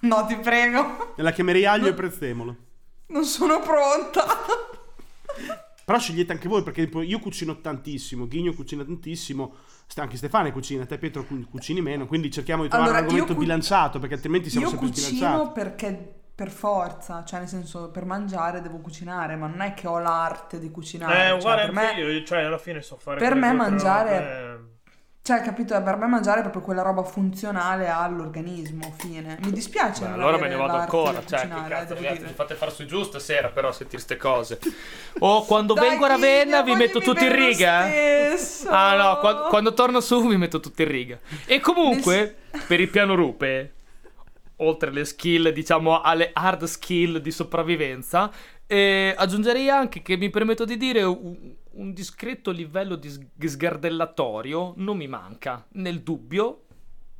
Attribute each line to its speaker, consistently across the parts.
Speaker 1: No, ti prego.
Speaker 2: La chiamerei aglio e prezzemolo.
Speaker 1: Non sono pronta.
Speaker 2: Però scegliete anche voi perché tipo, io cucino tantissimo, Ghigno cucina tantissimo, sta- anche Stefania cucina, te Pietro cu- cucini meno, quindi cerchiamo di trovare
Speaker 1: Allora,
Speaker 2: un argomento
Speaker 1: io cu-
Speaker 2: bilanciato perché altrimenti siamo
Speaker 1: Io
Speaker 2: sempre
Speaker 1: cucino
Speaker 2: sbilanciati.
Speaker 1: perché per forza, cioè nel senso per mangiare devo cucinare, ma non è che ho l'arte di cucinare.
Speaker 3: Eh,
Speaker 1: cioè,
Speaker 3: uguale
Speaker 1: per me,
Speaker 3: anche io, cioè alla fine so fare
Speaker 1: per me
Speaker 3: quelle due, eh, tre
Speaker 1: mangiare-
Speaker 3: robe.
Speaker 1: cioè capito, per me mangiare è proprio quella roba funzionale all'organismo, fine. Mi dispiace. Cioè,
Speaker 4: Ma
Speaker 1: non
Speaker 4: allora me
Speaker 1: avere
Speaker 4: ne vado
Speaker 1: l'arte
Speaker 4: ancora.
Speaker 1: di
Speaker 4: Cioè, che
Speaker 1: cucinare,
Speaker 4: cazzo,
Speaker 1: devo
Speaker 4: ragazzi,
Speaker 1: dire.
Speaker 4: vi fate far su giù stasera, però, a sentire ste cose. Oh, quando
Speaker 1: Dai,
Speaker 4: vengo a Ravenna
Speaker 1: Ghigno,
Speaker 4: vi metto
Speaker 1: voglimi
Speaker 4: tutti in
Speaker 1: bene lo
Speaker 4: riga.
Speaker 1: stesso.
Speaker 4: Ah, no, quando, quando torno su vi metto tutti in riga. E comunque, per il piano rupe, oltre alle skill, diciamo, alle hard skill di sopravvivenza, eh, aggiungerei anche che mi permetto di dire un, un discreto livello di sg- sgardellatorio non mi manca. Nel dubbio,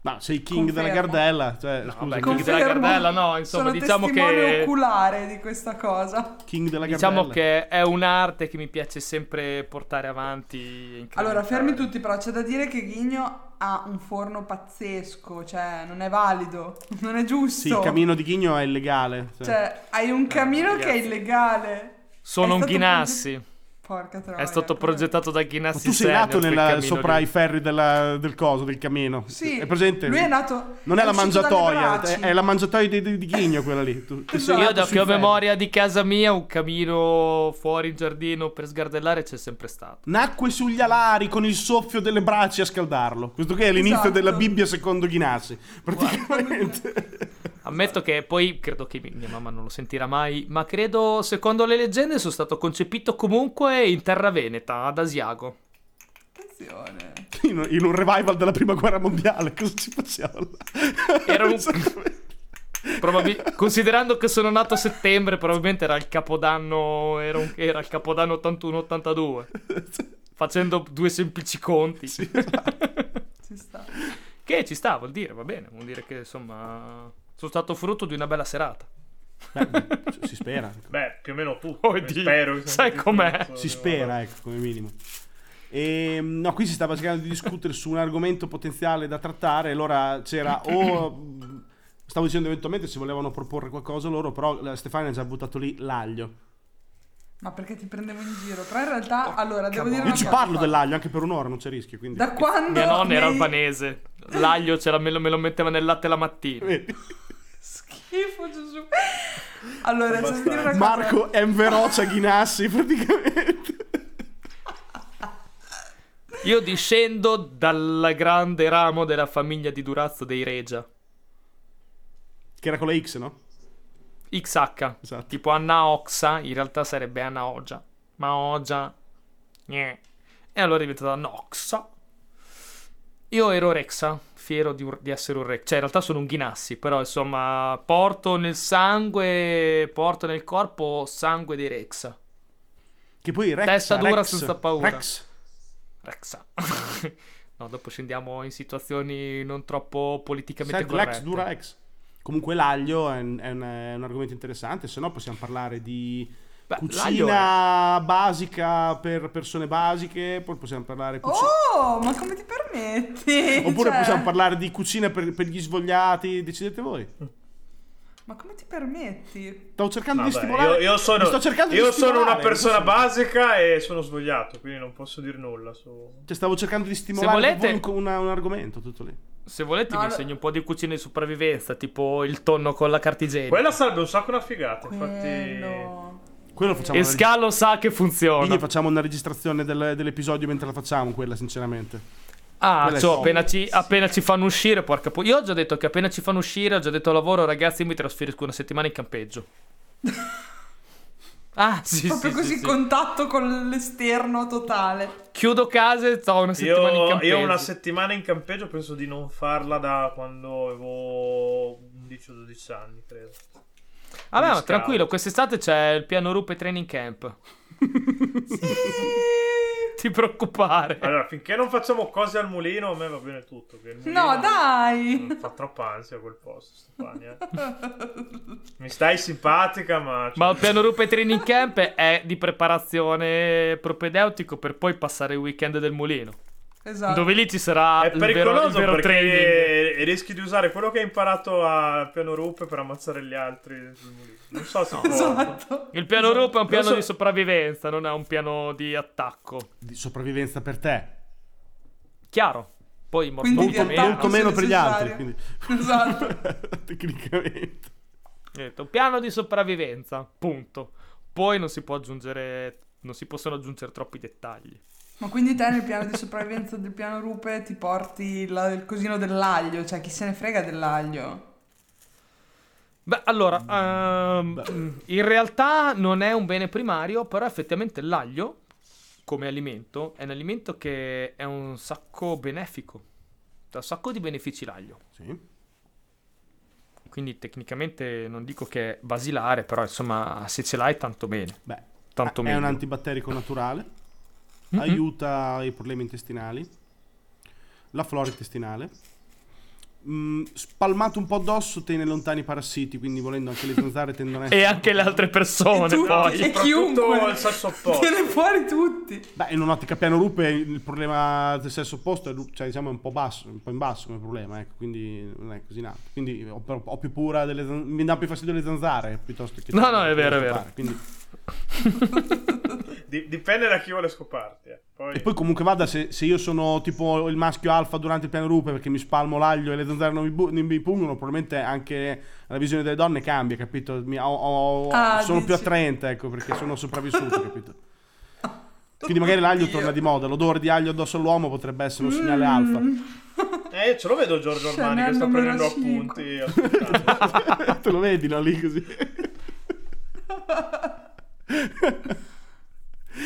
Speaker 2: Ma sei king della
Speaker 1: Confermo.
Speaker 2: gardella, cioè scusa,
Speaker 4: vabbè,
Speaker 2: king,
Speaker 4: king della
Speaker 1: Confermo.
Speaker 4: gardella, no, insomma,
Speaker 1: sono
Speaker 4: diciamo
Speaker 1: testimone
Speaker 4: che-
Speaker 1: oculare di questa cosa.
Speaker 2: king della gardella.
Speaker 4: Diciamo che è un'arte che mi piace sempre portare avanti. e incrementare.
Speaker 1: Allora, fermi tutti, però c'è da dire che Ghigno ha un forno pazzesco, cioè non è valido, non è giusto.
Speaker 2: Sì, il camino di Ghigno è illegale. cioè.
Speaker 1: Cioè, hai un camino che è
Speaker 4: ragazzi.
Speaker 1: illegale.
Speaker 4: Sono
Speaker 1: È
Speaker 4: un
Speaker 1: stato
Speaker 4: Ghinassi.
Speaker 1: proget- Porca troia.
Speaker 4: È stato progettato da Ghinassi.
Speaker 2: Ma tu sei
Speaker 4: Senior
Speaker 2: nato
Speaker 4: quel
Speaker 2: nella-
Speaker 4: cammino
Speaker 2: sopra
Speaker 4: lì.
Speaker 2: i ferri della- del coso, del camino.
Speaker 1: Sì.
Speaker 2: È presente?
Speaker 1: Lui è nato
Speaker 2: Non è la
Speaker 1: uscito dalle
Speaker 2: mangiatoia,
Speaker 1: braci.
Speaker 2: è la mangiatoia di, di- di Ghigno quella lì. Tu, tu sei
Speaker 1: Esatto.
Speaker 4: Io
Speaker 2: nato
Speaker 4: da
Speaker 2: sui
Speaker 4: che ho
Speaker 2: ferri.
Speaker 4: memoria di casa mia, un camino fuori in giardino per sgardellare c'è sempre stato.
Speaker 2: Nacque sugli alari con il soffio delle braccia a scaldarlo. Questo qui è l'inizio
Speaker 1: Esatto.
Speaker 2: della Bibbia secondo Ghinassi. Praticamente.
Speaker 1: Esatto.
Speaker 4: Ammetto che poi credo che mi- mia mamma non lo sentirà mai, ma credo, secondo le leggende, sono stato concepito comunque in terra veneta, ad Asiago.
Speaker 1: Attenzione.
Speaker 2: In, in un revival della prima guerra mondiale, cosa ci facciamo? là? Cioè,
Speaker 4: Era un-
Speaker 2: Esattamente.
Speaker 4: Probabil- considerando che sono nato a settembre, probabilmente era il capodanno. Era, un- era il capodanno 81-82. Facendo due semplici conti.
Speaker 2: Sì, esatto.
Speaker 1: Ci sta.
Speaker 4: Che ci sta, vuol dire, va bene. Vuol dire che insomma. Sono stato frutto di una bella serata.
Speaker 2: Beh, Eh, si spera.
Speaker 3: Beh, più o meno tu.
Speaker 4: Oh,
Speaker 3: Eh,
Speaker 4: Dio.
Speaker 3: spero che
Speaker 4: Sai
Speaker 3: siamo
Speaker 4: com'è? eh.
Speaker 3: tutti in
Speaker 2: Si
Speaker 3: questo-
Speaker 2: spera, ecco, come minimo. E, no, qui si stava cercando di discutere su un argomento potenziale da trattare. Allora c'era o. Stavo dicendo eventualmente se volevano proporre qualcosa loro, però la Stefania ha già buttato lì l'aglio.
Speaker 1: Ma perché ti prendevo in giro? Però in realtà, allora, devo dire
Speaker 2: Io
Speaker 1: una
Speaker 2: ci
Speaker 1: cosa,
Speaker 2: parlo
Speaker 1: guarda.
Speaker 2: dell'aglio anche per un'ora, non c'è rischio. Quindi.
Speaker 1: Da quando...
Speaker 4: Mia nonna era
Speaker 1: nei-
Speaker 4: albanese. L'aglio c'era, me lo, me lo metteva nel latte la mattina.
Speaker 2: Vedi?
Speaker 1: Schifo, Gesù. Allora, c'è da dire una cosa.
Speaker 2: Marco è un verocia Ghinassi praticamente.
Speaker 4: Io discendo dal grande ramo della famiglia di Durazzo dei Regia.
Speaker 2: Che era con la X, no?
Speaker 4: XH.
Speaker 2: Esatto.
Speaker 4: tipo Anna Oxa, in realtà sarebbe Anna Ogia, ma Ogia, gne. e allora è diventata Noxa. Io ero Rexa, fiero di, un- di essere un Rex, cioè in realtà sono un Ghinassi, però insomma porto nel sangue, porto nel corpo sangue di Rexa.
Speaker 2: Che poi Rex.
Speaker 4: Testa dura
Speaker 2: Rex,
Speaker 4: senza paura.
Speaker 2: Rex.
Speaker 4: Rexa. no, dopo scendiamo in situazioni non troppo politicamente
Speaker 2: Senti,
Speaker 4: corrette.
Speaker 2: Lex dura Rex. Comunque l'aglio è un, è un- è un argomento interessante, se no possiamo parlare di
Speaker 4: Beh, l'aglio è-
Speaker 2: cucina basica per persone basiche, poi possiamo parlare cucina...
Speaker 1: Oh, ma come ti permetti?
Speaker 2: Oppure
Speaker 1: Cioè,
Speaker 2: possiamo parlare di cucina per, per gli svogliati, decidete voi.
Speaker 1: Ma come ti permetti?
Speaker 2: Stavo cercando di
Speaker 3: Vabbè,
Speaker 2: stimolare.
Speaker 3: io, io sono,
Speaker 2: vi sto cercando di
Speaker 3: io sono una
Speaker 2: stimolare,
Speaker 3: persona
Speaker 2: non so-
Speaker 3: basica e sono svogliato, quindi non posso dire nulla. su-
Speaker 2: Cioè, stavo cercando di stimolare
Speaker 4: volete-
Speaker 2: voi un, un- un argomento, tutto lì.
Speaker 4: Se volete
Speaker 1: No,
Speaker 4: vi
Speaker 1: lo-
Speaker 4: insegno un po' di cucina di sopravvivenza, tipo il tonno con la carta igienica.
Speaker 3: Quella sarebbe un sacco una figata, infatti...
Speaker 1: Quello...
Speaker 2: Quello facciamo
Speaker 4: E
Speaker 2: una
Speaker 4: Scalo sa che
Speaker 2: reg-
Speaker 4: funziona.
Speaker 2: quindi facciamo una registrazione del- dell'episodio mentre la facciamo, quella, sinceramente.
Speaker 4: Ah,
Speaker 2: Quella è
Speaker 4: cioè,
Speaker 2: top.
Speaker 4: appena, ci, appena ci fanno uscire, porca pu... Io ho già detto che appena ci fanno uscire, ho già detto al lavoro, ragazzi, io mi trasferisco una settimana in campeggio. ah, sì,
Speaker 1: Proprio
Speaker 4: sì,
Speaker 1: così
Speaker 4: sì, sì.
Speaker 1: contatto con l'esterno totale.
Speaker 4: Chiudo casa e sto una settimana in
Speaker 3: Io,
Speaker 4: campeggio.
Speaker 3: io una settimana in campeggio penso di non farla da quando avevo 11 o 12 anni, credo.
Speaker 4: Vabbè, ma
Speaker 3: Scout.
Speaker 4: tranquillo, quest'estate c'è il piano Rupe Training Camp. Ti preoccupare.
Speaker 3: Allora, finché non facciamo cose al mulino, a me va bene tutto. che il mulino
Speaker 1: No, dai!
Speaker 3: Mi Mm, fa troppa ansia quel posto, Stefania. Mi stai simpatica, ma... cioè,
Speaker 4: Ma il piano Rupe Training Camp è di preparazione propedeutico per poi passare il weekend del mulino.
Speaker 1: Esatto.
Speaker 4: Dove lì ci sarà
Speaker 3: È
Speaker 4: il vero, il
Speaker 3: pericoloso
Speaker 4: vero
Speaker 3: perché
Speaker 4: training.
Speaker 3: e rischi di usare quello che hai imparato a piano rupe per ammazzare gli altri sul mulino. Non so se può.
Speaker 1: Esatto.
Speaker 4: Il piano rope è un piano
Speaker 3: so-
Speaker 4: di sopravvivenza, non è un piano di attacco.
Speaker 2: Di sopravvivenza per te.
Speaker 4: Chiaro. Poi morto
Speaker 1: Quindi
Speaker 4: molto
Speaker 1: di
Speaker 4: meno.
Speaker 1: attacco
Speaker 2: Molto meno per gli altri.
Speaker 1: necessario.
Speaker 2: Quindi.
Speaker 1: Esatto.
Speaker 2: Tecnicamente.
Speaker 4: Ho detto, un piano di sopravvivenza, punto. Poi non si può aggiungere non si possono aggiungere troppi dettagli.
Speaker 1: Ma quindi te nel piano di sopravvivenza del piano rupe ti porti la- il cosino dell'aglio, cioè chi se ne frega dell'aglio?
Speaker 4: Beh, allora, ehm, in realtà non è un bene primario, però effettivamente l'aglio come alimento è un alimento che è un sacco benefico. Ha un sacco di benefici l'aglio.
Speaker 2: Sì.
Speaker 4: Quindi tecnicamente non dico che è basilare, però insomma, se ce l'hai tanto bene.
Speaker 2: Beh,
Speaker 4: Tanto
Speaker 2: Ah, è
Speaker 4: meglio.
Speaker 2: un antibatterico naturale.
Speaker 4: Mhm.
Speaker 2: Aiuta i problemi intestinali. La flora intestinale. Mm, spalmato un po' addosso tiene lontani i parassiti, quindi volendo anche le zanzare tendono a
Speaker 4: E
Speaker 2: essere...
Speaker 4: anche le altre persone,
Speaker 1: tu-
Speaker 4: Oh, poi.
Speaker 1: E
Speaker 3: Soprattutto
Speaker 1: chiunque.
Speaker 3: il sesso
Speaker 1: Te
Speaker 3: opposto.
Speaker 1: ne fuori tutti.
Speaker 2: Beh, in un'ottica piano rupe il problema del sesso opposto è, lu- cioè, diciamo, è un po' basso, un po' in basso come problema, ecco, quindi non è così in alto. Quindi ho, ho più paura delle zanzare, mi dà più fastidio le zanzare piuttosto che...
Speaker 4: No, no, è vero, è vero.
Speaker 2: Quindi-
Speaker 3: Di- dipende da chi vuole scoparti. eh. Poi,
Speaker 2: E poi comunque vada, se, se io sono tipo il maschio alfa durante il piano rupe perché mi spalmo l'aglio e le zanzare non mi, bu- non mi pungono, probabilmente anche la visione delle donne cambia, capito? Mi- ho- ho-
Speaker 1: Ah,
Speaker 2: sono più
Speaker 1: dici.
Speaker 2: attraente, ecco, perché sono sopravvissuto, capito? Quindi magari l'aglio
Speaker 1: Oddio.
Speaker 2: torna di moda, l'odore di aglio addosso all'uomo potrebbe essere un
Speaker 1: Mm.
Speaker 2: segnale alfa.
Speaker 3: Eh, ce lo vedo Giorgio Armani che
Speaker 1: Chanel
Speaker 3: sta
Speaker 1: numero
Speaker 3: prendendo appunti.
Speaker 1: cinque.
Speaker 3: ascoltando.
Speaker 2: Te lo vedi, no? Lì così.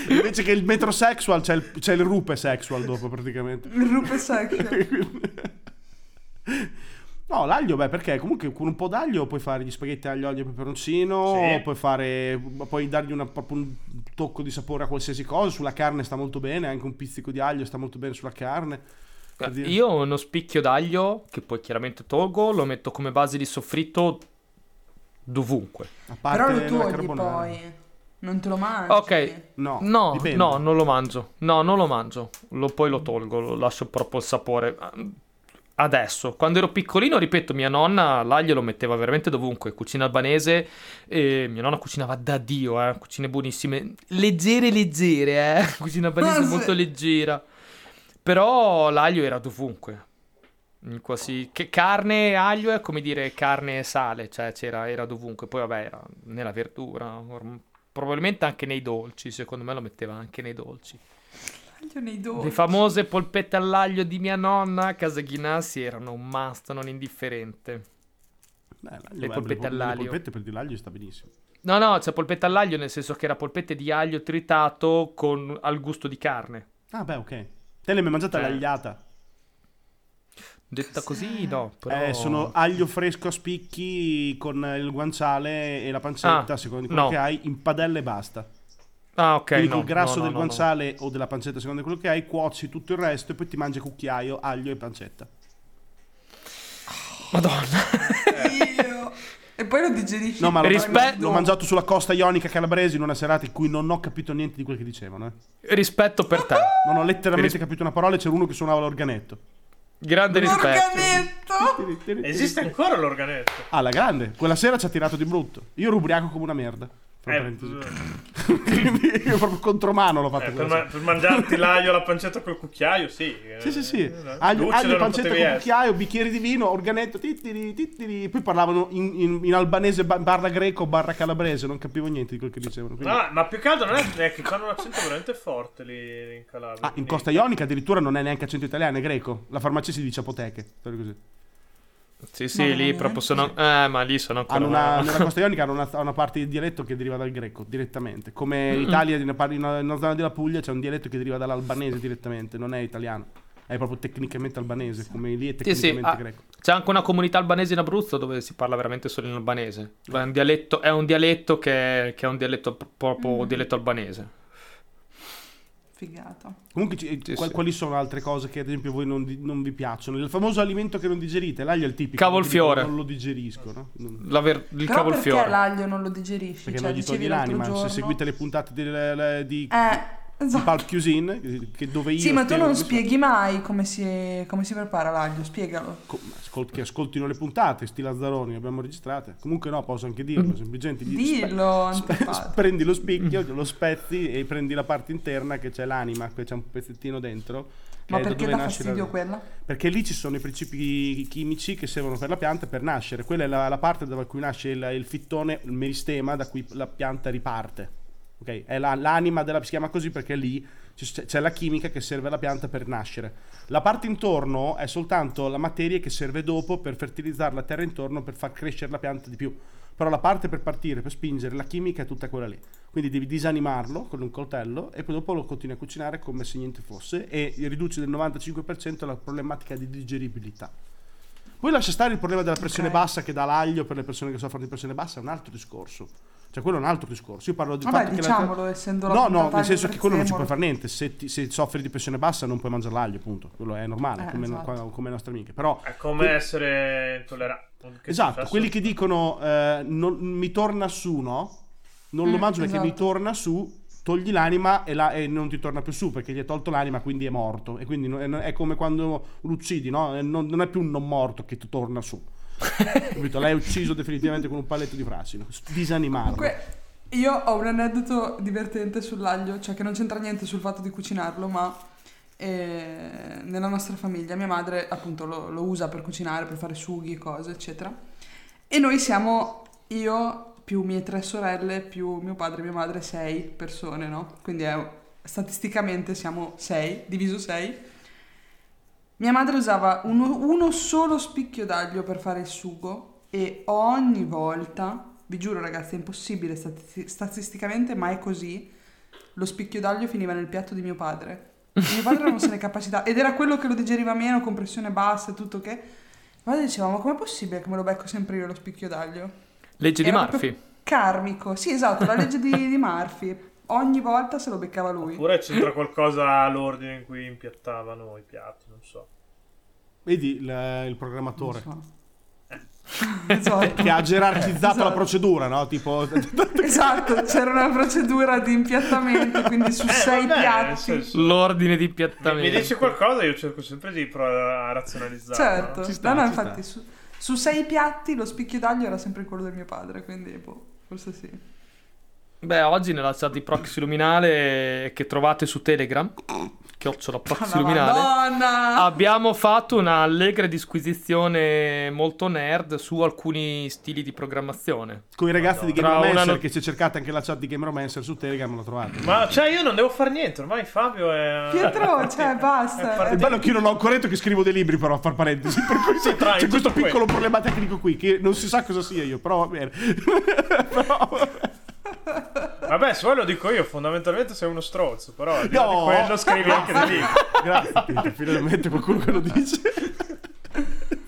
Speaker 2: Invece che il metrosexual c'è il, c'è il rupe sexual dopo praticamente.
Speaker 1: Il rupe section.
Speaker 2: No, l'aglio, beh, perché comunque con un po' d'aglio puoi fare gli spaghetti aglio, olio e peperoncino,
Speaker 3: Sì.
Speaker 2: puoi fare, puoi dargli una- proprio un tocco di sapore a qualsiasi cosa, sulla carne sta molto bene, anche un pizzico di aglio sta molto bene sulla carne. Per dire-
Speaker 4: Io uno spicchio d'aglio, che poi chiaramente tolgo, lo metto come base di soffritto dovunque.
Speaker 2: a parte
Speaker 1: Però lo
Speaker 2: la
Speaker 1: togli
Speaker 2: carbonara.
Speaker 1: poi. Non te lo mangi.
Speaker 4: Ok.
Speaker 2: No,
Speaker 4: No,
Speaker 2: dipende.
Speaker 4: no, non lo mangio. No, non lo mangio. Lo- poi lo tolgo, lo lascio proprio il sapore. Adesso, quando ero piccolino, ripeto, mia nonna l'aglio lo metteva veramente dovunque. Cucina albanese, eh, mia nonna cucinava da Dio, eh, cucine buonissime. Leggere, leggere, eh. Cucina albanese
Speaker 1: Ma se-
Speaker 4: molto leggera. Però l'aglio era dovunque. In quasi... che carne e aglio è come dire carne e sale, cioè c'era, era dovunque. Poi vabbè, era nella verdura, orm- probabilmente anche nei dolci, secondo me lo metteva anche nei dolci.
Speaker 1: L'aglio nei dolci.
Speaker 4: Le famose polpette all'aglio di mia nonna a casa Ghinassi erano un must, non indifferente.
Speaker 2: Beh, l'aglio,
Speaker 4: Le
Speaker 2: beh,
Speaker 4: polpette
Speaker 2: pol-
Speaker 4: all'aglio.
Speaker 2: Le polpette per dire l'aglio sta benissimo.
Speaker 4: No, no, c'è polpetta all'aglio nel senso che era polpette di aglio tritato con... al gusto di carne.
Speaker 2: Ah, beh, ok. Te l'hai mai mangiata
Speaker 4: Eh.
Speaker 2: l'agliata?
Speaker 4: Detta così, no, però...
Speaker 2: Eh, sono aglio fresco a spicchi con il guanciale e la pancetta,
Speaker 4: Ah,
Speaker 2: secondo quello
Speaker 4: no.
Speaker 2: che hai, in padella e basta.
Speaker 4: Ah, ok,
Speaker 2: Quindi
Speaker 4: no,
Speaker 2: col grasso
Speaker 4: no, no,
Speaker 2: del
Speaker 4: no, no.
Speaker 2: guanciale o della pancetta, secondo quello che hai, cuoci tutto il resto e poi ti mangi cucchiaio, aglio e pancetta.
Speaker 4: Madonna.
Speaker 1: Io. E poi lo digerisci.
Speaker 2: No, ma l'ho,
Speaker 4: Rispe-
Speaker 2: l'ho mangiato sulla costa ionica calabrese in una serata in cui non ho capito niente di quel che dicevano. eh.
Speaker 4: Rispetto per te.
Speaker 2: Non ho letteralmente
Speaker 4: Ris-
Speaker 2: capito una parola e c'era uno che suonava l'organetto.
Speaker 4: Grande rispetto.
Speaker 1: L'organetto.
Speaker 3: Esiste ancora l'organetto.
Speaker 2: Ah, la grande. Quella sera ci ha tirato di brutto. Io ero ubriaco come una merda. Fra
Speaker 3: Eh,
Speaker 2: parentesi. Quindi io proprio contromano l'ho fatto.
Speaker 3: eh, per, ma- per mangiarti l'aglio alla pancetta col cucchiaio, sì. eh.
Speaker 2: Sì, sì, sì.
Speaker 3: Eh,
Speaker 2: Aglio,
Speaker 3: luccido
Speaker 2: aglio
Speaker 3: non
Speaker 2: pancetta
Speaker 3: potevi
Speaker 2: con
Speaker 3: essere.
Speaker 2: cucchiaio, bicchieri di vino, organetto, titiri, titiri. Poi parlavano in, in- in albanese ba- barra greco barra calabrese, non capivo niente di quel che dicevano. quindi-
Speaker 3: No, ma più che altro non è, è che hanno un accento veramente forte lì in Calabria.
Speaker 2: Ah, in Costa Ionica addirittura non è neanche accento italiano, è greco. La farmacia si dice apoteche. per così.
Speaker 4: Sì,
Speaker 1: Ma
Speaker 4: sì, lì
Speaker 1: veramente?
Speaker 4: proprio sono... Eh, ma lì sono ancora...
Speaker 2: Hanno una, nella Costa Ionica hanno una, una parte di dialetto che deriva dal greco direttamente. Come in Italia, in una, par- in una- in una zona della Puglia, c'è un dialetto che deriva dall'albanese direttamente, non è italiano. È proprio tecnicamente albanese, come lì è
Speaker 4: Sì, sì,
Speaker 2: tecnicamente
Speaker 4: ah,
Speaker 2: greco.
Speaker 4: c'è anche una comunità albanese in Abruzzo dove si parla veramente solo in albanese. È un dialetto, è un dialetto che, che è un dialetto pro- proprio dialetto albanese.
Speaker 1: Figato.
Speaker 2: Comunque, ci- eh,
Speaker 4: Sì,
Speaker 2: qual-
Speaker 4: sì.
Speaker 2: quali sono altre cose che ad esempio voi non, di- non vi piacciono? Il famoso alimento che non digerite, l'aglio è il tipico.
Speaker 4: Cavolfiore.
Speaker 2: quindi Non lo digerisco, no? Non-
Speaker 4: La ver- il
Speaker 1: Però perché
Speaker 4: cavolfiore.
Speaker 1: l'aglio non lo digerisci?
Speaker 2: Perché
Speaker 1: cioè,
Speaker 2: non gli
Speaker 1: dicevi
Speaker 2: togli
Speaker 1: l'altro
Speaker 2: l'anima. Se
Speaker 1: giorno-
Speaker 2: seguite le puntate del- le- di
Speaker 1: Eh,
Speaker 2: di Pulp Cuisine, che- che dove io...
Speaker 1: Sì, ma tu
Speaker 2: spiego
Speaker 1: non
Speaker 2: come si fa.
Speaker 1: spieghi mai come si, come si prepara l'aglio, spiegalo.
Speaker 2: Co- ma ascol- che ascoltino le puntate, sti Lazzaroni, le abbiamo registrate. Comunque no, posso anche dirlo, semplicemente gli
Speaker 1: Mm. Dillo,
Speaker 2: spe- spe-
Speaker 1: antipato.
Speaker 2: prendi lo spicchio,
Speaker 1: Mm.
Speaker 2: lo spezzi e prendi la parte interna che c'è l'anima, che c'è un pezzettino dentro. che
Speaker 1: Ma
Speaker 2: è Eh, da
Speaker 1: perché
Speaker 2: dove
Speaker 1: dà
Speaker 2: nasce la-
Speaker 1: fastidio quella?
Speaker 2: Perché lì ci sono i principi chimici che servono per la pianta per nascere. Quella è la, la parte da cui nasce il, il fittone, il meristema, da cui la pianta riparte. Ok? È la- l'anima della, si chiama così perché lì c'è, c'è la chimica che serve alla pianta per nascere. La parte intorno è soltanto la materia che serve dopo per fertilizzare la terra intorno per far crescere la pianta di più. Però la parte per partire, per spingere, la chimica è tutta quella lì. Quindi devi disanimarlo con un coltello e poi dopo lo continui a cucinare come se niente fosse e riduci del 95% la problematica di digeribilità. Poi lascia stare il problema della pressione
Speaker 1: Ok.
Speaker 2: bassa che dà l'aglio per le persone che soffrono di pressione bassa, è un altro discorso. Cioè quello è un altro discorso. Io parlo di
Speaker 1: Vabbè,
Speaker 2: fatto che la-
Speaker 1: diciamolo, essendo la
Speaker 2: No, no,
Speaker 1: puntata
Speaker 2: nel senso che quello non ci puoi
Speaker 1: prezzemolo.
Speaker 2: fare niente. Se, ti- se soffri di pressione bassa non puoi mangiare l'aglio, appunto. Quello è normale,
Speaker 1: Eh,
Speaker 2: come,
Speaker 1: esatto.
Speaker 2: come le nostre amiche. Però
Speaker 3: È come
Speaker 2: Que-
Speaker 3: essere intollerante. Che
Speaker 2: esatto,
Speaker 3: successo?
Speaker 2: quelli che dicono eh, non- mi torna su, no? Non lo
Speaker 1: Mm,
Speaker 2: mangio perché mi
Speaker 1: esatto.
Speaker 2: torna su, togli l'anima e, la- e non ti torna più su perché gli hai tolto l'anima, quindi è morto. E quindi non- è, è come quando lo uccidi, no? Eh, Non, non è più un non morto che ti torna su. Capito? L'hai ucciso definitivamente con un paletto di frassino. Disanimato.
Speaker 1: Comunque, io ho un aneddoto divertente sull'aglio, cioè che non c'entra niente sul fatto di cucinarlo, ma eh, nella nostra famiglia mia madre appunto lo, lo usa per cucinare, per fare sughi, cose, eccetera. E noi siamo io più mie tre sorelle più mio padre e mia madre, sei persone, no? Quindi è- statisticamente siamo sei, diviso sei. Mia madre usava uno, uno solo spicchio d'aglio per fare il sugo e ogni volta, vi giuro ragazzi, è impossibile stati- statisticamente, ma è così, lo spicchio d'aglio finiva nel piatto di mio padre. Mio padre non se ne capacità ed era quello che lo digeriva meno, con pressione bassa e tutto che... Ma diceva, ma com'è possibile che me lo becco sempre io lo spicchio d'aglio?
Speaker 4: Legge di
Speaker 1: Era
Speaker 4: Murphy.
Speaker 1: proprio Karmico, sì esatto, la legge di, di Murphy. Ogni volta se lo beccava lui.
Speaker 3: Oppure c'entra qualcosa all'ordine in cui impiattavano i piatti, non so.
Speaker 2: Vedi il, il programmatore.
Speaker 1: Non so. esatto.
Speaker 2: Che ha gerarchizzato la
Speaker 1: Esatto.
Speaker 2: procedura, no? Tipo,
Speaker 1: Esatto, c'era una procedura di impiattamento, quindi su
Speaker 3: Eh,
Speaker 1: sei
Speaker 3: vabbè, nel
Speaker 1: piatti.
Speaker 3: senso,
Speaker 4: L'ordine di
Speaker 3: mi, mi
Speaker 4: piattamento.
Speaker 3: dice qualcosa, io cerco sempre di provare a razionalizzare.
Speaker 1: certo,
Speaker 2: Ci sta,
Speaker 1: no, no,
Speaker 2: ci sta.
Speaker 1: infatti su, su sei piatti lo spicchio d'aglio era sempre quello del mio padre, quindi boh, forse sì.
Speaker 4: Beh, oggi nella chat di Proxy Luminale che trovate su Telegram, chiocciola Proxy
Speaker 1: Alla
Speaker 4: Luminale,
Speaker 1: Madonna!
Speaker 4: abbiamo fatto una allegra disquisizione molto nerd su alcuni stili di programmazione.
Speaker 2: con i ragazzi di
Speaker 3: Madonna.
Speaker 4: Tra
Speaker 2: Gameromancer,
Speaker 4: una no-
Speaker 2: che se cercate anche la chat di Gameromancer su Telegram la trovate.
Speaker 3: Ma cioè io non devo fare niente, ormai Fabio è...
Speaker 1: Pietro, cioè, basta.
Speaker 3: È
Speaker 2: Il
Speaker 3: partito.
Speaker 2: bello è che io non ho ancora detto che scrivo dei libri, però, a far parentesi. Per cui
Speaker 3: Sì, tra-
Speaker 2: c'è questo
Speaker 3: tutto
Speaker 2: piccolo
Speaker 3: quello.
Speaker 2: problema tecnico qui, che non si sa cosa sia io, però va bene. Però-
Speaker 3: Vabbè, se vuoi lo dico io, fondamentalmente sei uno stronzo, però al di là
Speaker 2: No.
Speaker 3: di quello scrivi anche di lì.
Speaker 2: Grazie, Pietro, finalmente qualcuno che lo dice.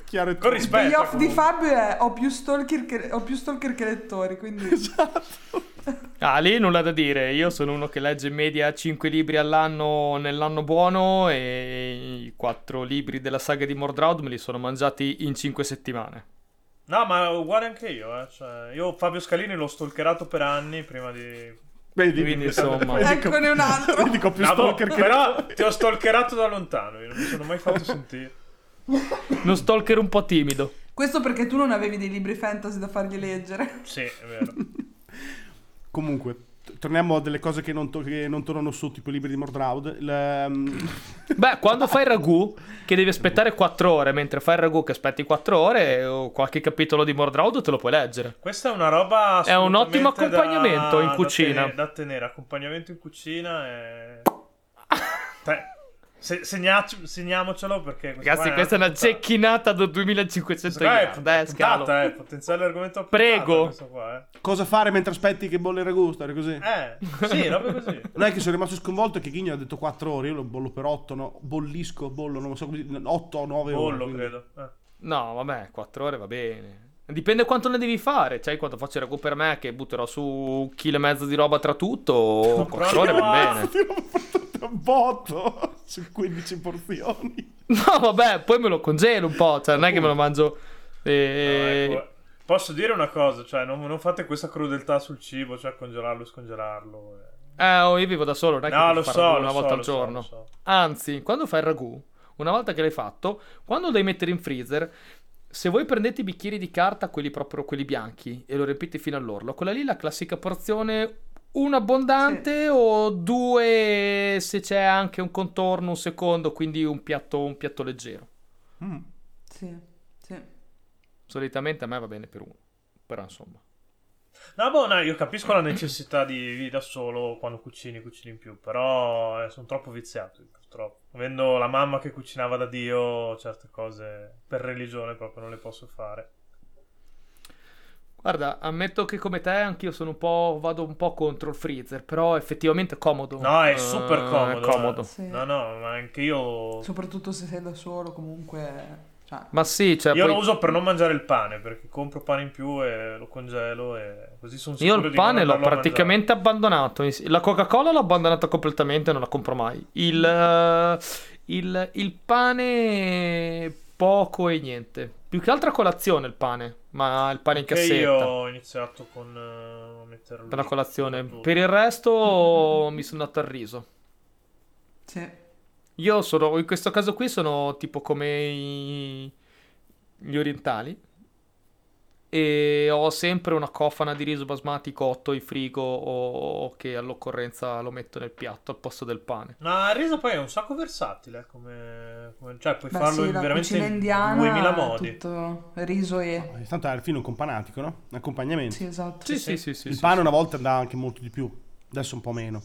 Speaker 2: Chiaro e
Speaker 3: Con
Speaker 2: tutto.
Speaker 1: Il
Speaker 3: rispetto.
Speaker 1: payoff di
Speaker 3: comunque.
Speaker 1: Fabio è ho più stalker che, ho più stalker che lettori, quindi
Speaker 2: Esatto.
Speaker 4: Ah, lì nulla da dire, io sono uno che legge in media 5 libri all'anno nell'anno buono e i 4 libri della saga di Mordraud me li sono mangiati in 5 settimane.
Speaker 3: No, ma uguale anche io, eh. Cioè, io Fabio Scalini l'ho stalkerato per anni prima di...
Speaker 2: Vedi,
Speaker 4: Quindi insomma...
Speaker 2: Vedi che-
Speaker 1: eccone Ecco, un altro.
Speaker 2: Vedi che ho più
Speaker 3: No, boh,
Speaker 2: stalker che...
Speaker 3: però ti ho stalkerato da lontano, io non mi sono mai fatto sentire.
Speaker 4: Uno stalker un po' timido.
Speaker 1: Questo perché tu non avevi dei libri fantasy da fargli leggere.
Speaker 3: Sì, è vero.
Speaker 2: Comunque, t- torniamo a delle cose che non, to- che non tornano su, tipo i libri di Mordraud. Il, ehm,
Speaker 4: Beh, quando fai il ragù, che devi aspettare 4 ore, mentre fai il ragù che aspetti 4 ore, o qualche capitolo di Mordraud te lo puoi leggere.
Speaker 3: Questa è una roba...
Speaker 4: È un ottimo
Speaker 3: assolutamente da-
Speaker 4: accompagnamento in
Speaker 3: da
Speaker 4: cucina.
Speaker 3: tenere- Da tenere, accompagnamento in cucina è... Te- se- segnaci- segniamocelo perché...
Speaker 4: Ragazzi,
Speaker 3: qua
Speaker 4: questa è una
Speaker 3: puntata.
Speaker 4: cecchinata da
Speaker 3: Questa
Speaker 4: 2500
Speaker 3: qua è
Speaker 4: euro. Dai,
Speaker 3: puntata,
Speaker 4: scalo.
Speaker 3: eh, potenziale argomento
Speaker 4: Prego.
Speaker 3: Questo qua,
Speaker 2: cosa fare mentre aspetti che bolle il ragù, stare così?
Speaker 3: eh. eh, sì, proprio così.
Speaker 2: Non è che sono rimasto sconvolto che Ghigno ha detto 4 ore, io lo bollo per 8, no, bollisco, bollo, non lo so come 8 o 9 ore.
Speaker 3: Bollo,
Speaker 2: quindi.
Speaker 3: credo. Eh.
Speaker 4: No, vabbè, 4 ore va bene. Dipende quanto ne devi fare. Cioè, quando faccio il ragù per me, che butterò su un chilo e mezzo di roba tra tutto, 4 ore va bene.
Speaker 2: Io l'ho portato un botto su 15 porzioni.
Speaker 4: No, vabbè, poi me lo congelo un po'. Cioè, non è che me lo mangio. eh,
Speaker 3: No, ecco, Posso dire una cosa, cioè non, non fate questa crudeltà sul cibo, cioè congelarlo e scongelarlo. eh.
Speaker 4: Eh, oh, io vivo da solo, non è che
Speaker 3: No,
Speaker 4: devi
Speaker 3: lo
Speaker 4: fare
Speaker 3: so,
Speaker 4: ragù
Speaker 3: lo
Speaker 4: una
Speaker 3: so,
Speaker 4: volta
Speaker 3: lo
Speaker 4: al
Speaker 3: so,
Speaker 4: giorno.
Speaker 3: lo so.
Speaker 4: Anzi, quando fai il ragù, una volta che l'hai fatto, quando lo devi mettere in freezer, se voi prendete i bicchieri di carta, quelli proprio quelli bianchi, e lo riempite fino all'orlo, quella lì è la classica porzione un abbondante o due se c'è anche un contorno, un secondo, quindi un piatto, un piatto leggero.
Speaker 2: Mm.
Speaker 1: Sì, sì.
Speaker 4: Solitamente a me va bene per uno, però insomma.
Speaker 3: No, boh, no, io capisco la necessità di vivere da solo quando cucini, cucini in più, però eh, sono troppo viziato, purtroppo. Avendo la mamma che cucinava da Dio, certe cose per religione proprio non le posso fare.
Speaker 4: Guarda, ammetto che come te anch'io sono un po', vado un po' contro il freezer, però effettivamente è comodo.
Speaker 3: No, è
Speaker 4: Eh,
Speaker 3: super comodo, eh.
Speaker 4: È comodo.
Speaker 1: Sì.
Speaker 3: No, no, ma anche io...
Speaker 1: Soprattutto se sei da solo, comunque. Cioè,
Speaker 4: Ma sì, cioè,
Speaker 3: Io
Speaker 4: poi-
Speaker 3: lo uso per non mangiare il pane, perché compro pane in più e lo congelo e così sono
Speaker 4: Io
Speaker 3: sicuro
Speaker 4: il
Speaker 3: di non
Speaker 4: pane l'ho
Speaker 3: andarlo a
Speaker 4: praticamente abbandonato. La Coca-Cola l'ho abbandonata completamente, non la compro mai. Il, eh, il- il pane poco e niente. Più che altro a colazione il pane, ma il pane in
Speaker 3: mangiare.
Speaker 4: cassetta.
Speaker 3: Che io ho iniziato con eh, a metterlo
Speaker 4: Per la
Speaker 3: lì,
Speaker 4: colazione.
Speaker 3: tutto.
Speaker 4: Per il resto mi sono andato al riso.
Speaker 1: sì.
Speaker 4: Io sono, in questo caso qui sono tipo come i- gli orientali e ho sempre una cofana di riso basmati cotto in frigo o che all'occorrenza lo metto nel piatto al posto del pane.
Speaker 3: Ma il riso poi è un sacco versatile, eh, come, come- cioè puoi
Speaker 1: Beh,
Speaker 3: farlo
Speaker 1: sì,
Speaker 3: in
Speaker 1: la
Speaker 3: veramente
Speaker 1: cucina
Speaker 3: in
Speaker 1: indiana
Speaker 3: 2000
Speaker 1: è
Speaker 3: modi.
Speaker 1: tutto riso e
Speaker 2: Tanto alla fine è un companatico, no? Un accompagnamento.
Speaker 1: sì, esatto.
Speaker 4: Sì,
Speaker 3: sì.
Speaker 4: sì, sì, sì.
Speaker 2: il
Speaker 4: sì,
Speaker 2: pane
Speaker 4: sì.
Speaker 2: una volta andava anche molto di più, adesso un po' meno.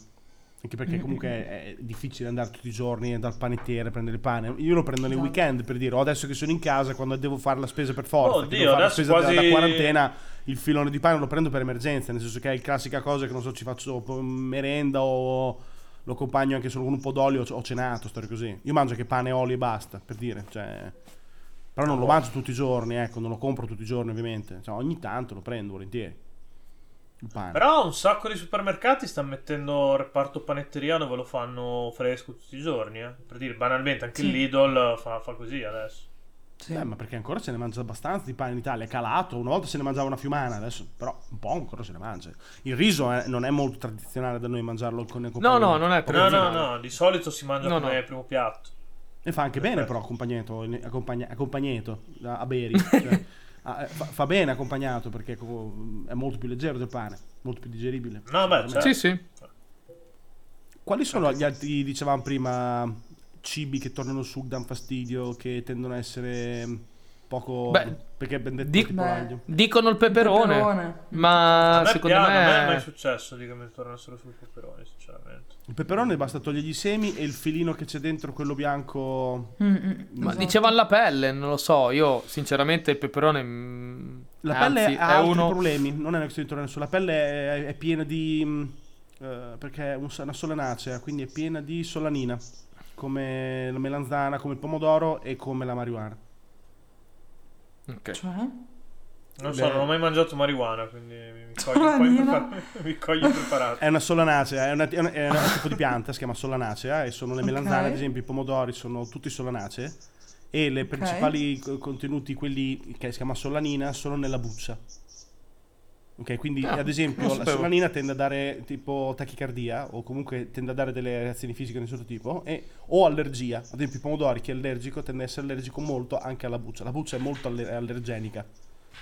Speaker 2: Anche perché comunque è è difficile andare tutti i giorni andare al panettiere a prendere il pane. Io lo prendo nei
Speaker 1: Esatto.
Speaker 2: weekend per dire, "Oh, adesso che sono in casa, quando devo fare la spesa per forza, che
Speaker 3: Oddio,
Speaker 2: devo fare la
Speaker 3: adesso
Speaker 2: spesa da- da,
Speaker 3: quasi-
Speaker 2: quarantena, il filone di pane lo prendo per emergenza, nel senso che è la classica cosa che non so, ci faccio po- merenda o lo accompagno anche solo con un po' d'olio, ho cenato, storie così. Io mangio anche pane, olio e basta, per dire, cioè... Però non lo mangio tutti i giorni, ecco, non lo compro tutti i giorni ovviamente, Cioè, ogni tanto lo prendo volentieri. Il pane.
Speaker 3: Però un sacco di supermercati stanno mettendo reparto panetteria dove lo fanno fresco tutti i giorni, eh. Per dire, banalmente, anche il
Speaker 1: Sì.
Speaker 3: Lidl fa, fa così adesso.
Speaker 1: Sì.
Speaker 2: Eh, ma perché ancora se ne mangia abbastanza di pane in Italia? È calato, una volta se ne mangiava una fiumana, adesso però un po' ancora se ne mangia. Il riso eh, non è molto tradizionale da noi mangiarlo con il
Speaker 4: No, no, non è
Speaker 3: No, no,
Speaker 4: tradizionale.
Speaker 3: no, di solito si mangia
Speaker 4: No,
Speaker 3: come
Speaker 4: no.
Speaker 3: primo piatto.
Speaker 2: E fa anche bene però accompagnato, in- accompagna- accompagnato da- a Beri. cioè, a- fa, fa bene accompagnato perché co- è molto più leggero del pane, molto più digeribile.
Speaker 3: No, beh, certo.
Speaker 4: Sì, sì.
Speaker 2: Quali sono gli altri, dicevamo prima, cibi che tornano su, dan fastidio, che tendono a essere poco...
Speaker 4: Beh,
Speaker 2: perché abbiamo detto
Speaker 4: di-
Speaker 2: tipo
Speaker 1: beh.
Speaker 2: l'aglio.
Speaker 4: Dicono il peperone,
Speaker 1: Peperone.
Speaker 4: ma
Speaker 3: A me
Speaker 4: secondo
Speaker 3: piano,
Speaker 4: me,
Speaker 3: a me è mai successo di che mi tornassero sul peperone, sinceramente.
Speaker 2: Il peperone basta togliergli i semi e il filino che c'è dentro, quello bianco.
Speaker 1: Mm, mm,
Speaker 4: ma
Speaker 1: esatto.
Speaker 4: dicevano la pelle, non lo so, io sinceramente il peperone mm,
Speaker 2: La
Speaker 4: anzi,
Speaker 2: pelle ha
Speaker 4: è
Speaker 2: altri
Speaker 4: uno
Speaker 2: problemi, non è una questione di tornare sulla pelle, è, è piena di... mh, eh, perché è un- una solanacea, quindi è piena di solanina, come la melanzana, come il pomodoro e come la marijuana.
Speaker 4: Ok.
Speaker 1: Cioè?
Speaker 3: Non
Speaker 2: Beh.
Speaker 3: so, non ho mai mangiato marijuana, quindi mi, mi cogli un po'
Speaker 1: Marijuana.
Speaker 3: impreparato. mi cogli
Speaker 4: Esatto.
Speaker 3: impreparato.
Speaker 2: È una solanacea, è, una- è una- è un tipo di pianta, si chiama solanacea, e sono le
Speaker 1: Ok.
Speaker 2: melanzane, ad esempio i pomodori sono tutti solanacee, e le principali co- contenuti, quelli che si chiama solanina, sono nella buccia. Ok, quindi
Speaker 4: Ah,
Speaker 2: ad esempio
Speaker 4: non
Speaker 2: la
Speaker 4: sapevo.
Speaker 2: solanina tende a dare tipo tachicardia o comunque tende a dare delle reazioni fisiche di un certo tipo e, o allergia. Ad esempio i pomodori, chi è allergico, tende ad essere allergico molto anche alla buccia. La buccia è molto aller- allergenica.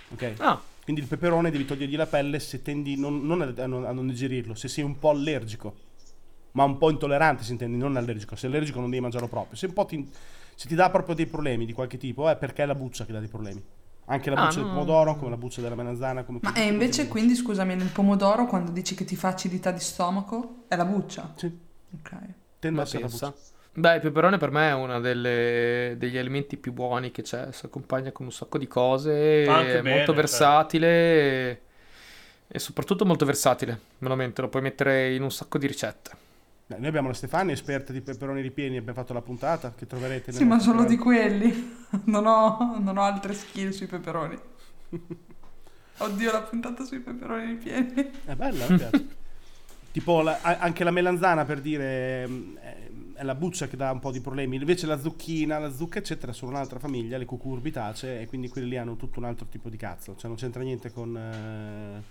Speaker 2: Ok?
Speaker 4: Ah,
Speaker 2: Quindi il peperone devi togliergli la pelle se tendi non, non a, a non, a non digerirlo, se sei un po' allergico, ma un po' intollerante si intendi, non allergico. Se è allergico non devi mangiarlo proprio. Se, un po' ti, se ti dà proprio dei problemi di qualche tipo è perché è la buccia che dà dei problemi. Anche la
Speaker 4: Ah,
Speaker 2: buccia
Speaker 4: no.
Speaker 2: del pomodoro, come la buccia della melanzana. Come
Speaker 1: Ma
Speaker 2: tutti-
Speaker 1: e
Speaker 2: tutti
Speaker 1: invece
Speaker 2: i-
Speaker 1: quindi scusami, nel pomodoro quando dici che ti fa acidità di stomaco è la buccia.
Speaker 2: Sì,
Speaker 1: Ok.
Speaker 2: tende
Speaker 4: Ma
Speaker 2: a essere la
Speaker 4: pensa.
Speaker 2: buccia.
Speaker 4: Beh, il peperone per me è uno degli alimenti più buoni che c'è, si accompagna con un sacco di cose,
Speaker 3: Fa anche
Speaker 4: è
Speaker 3: bene,
Speaker 4: molto
Speaker 3: cioè.
Speaker 4: versatile e, e soprattutto molto versatile, veramente lo puoi mettere in un sacco di ricette.
Speaker 2: Beh, noi abbiamo la Stefania, esperta di peperoni ripieni, abbiamo fatto la puntata che troverete.
Speaker 1: Sì,
Speaker 2: nel
Speaker 1: ma
Speaker 2: nostro
Speaker 1: solo di
Speaker 2: canale.
Speaker 1: quelli. Non ho, non ho altre skill sui peperoni. Oddio, la puntata sui peperoni ripieni.
Speaker 2: È bella, mi piace. tipo la- a- anche la melanzana per dire mh, è, è la buccia che dà un po' di problemi. Invece la zucchina, la zucca, eccetera, sono un'altra famiglia, le cucurbitacee, e quindi quelli lì hanno tutto un altro tipo di cazzo. Cioè non c'entra niente con. eh,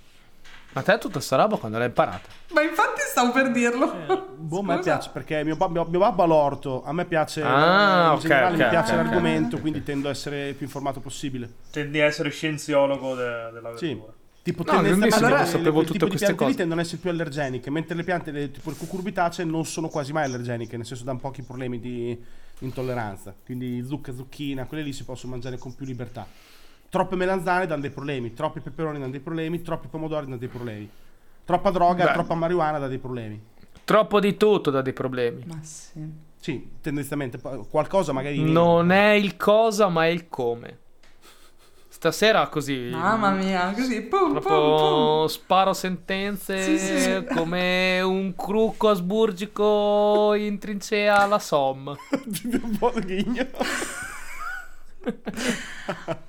Speaker 4: Ma te tutta sta roba quando l'hai imparata?
Speaker 1: Ma infatti Stavo per dirlo.
Speaker 2: Boh, a me piace perché mio, ba- mio- mio babbo ha l'orto, a me piace,
Speaker 4: Ah,
Speaker 2: in
Speaker 4: ok,
Speaker 2: generale,
Speaker 4: ok,
Speaker 2: mi piace
Speaker 4: ok, ok.
Speaker 2: l'argomento, quindi tendo a essere il più informato possibile.
Speaker 3: Tendi a essere scienziologo de- della
Speaker 2: Sì.
Speaker 3: verdura.
Speaker 2: Tipo
Speaker 4: No,
Speaker 2: tendenzialmente
Speaker 4: grandissimo,
Speaker 2: le-
Speaker 4: non sapevo
Speaker 2: quel
Speaker 4: tutte
Speaker 2: tipo di
Speaker 4: queste
Speaker 2: piante lì
Speaker 4: cose.
Speaker 2: tendono ad essere più allergeniche, mentre le piante le- tipo le cucurbitacee non sono quasi mai allergeniche, nel senso danno pochi problemi di intolleranza. Quindi zucca, zucchina, quelle lì si possono mangiare con più libertà. Troppe melanzane danno dei problemi, troppi peperoni danno dei problemi, troppi pomodori danno dei problemi. Troppa droga,
Speaker 4: Beh.
Speaker 2: troppa marijuana dà dei problemi.
Speaker 4: Troppo di tutto dà dei problemi.
Speaker 1: Ma sì.
Speaker 2: Sì, tendenzialmente poi qualcosa magari
Speaker 4: Non è il cosa, ma è il come. Stasera così.
Speaker 1: Mamma mia, così. Pum, pum, pum.
Speaker 4: Proprio sparo
Speaker 1: Sì,
Speaker 4: sentenze
Speaker 1: sì.
Speaker 4: come un crucco asburgico in trincea alla Somme.
Speaker 2: un po' di ghigno.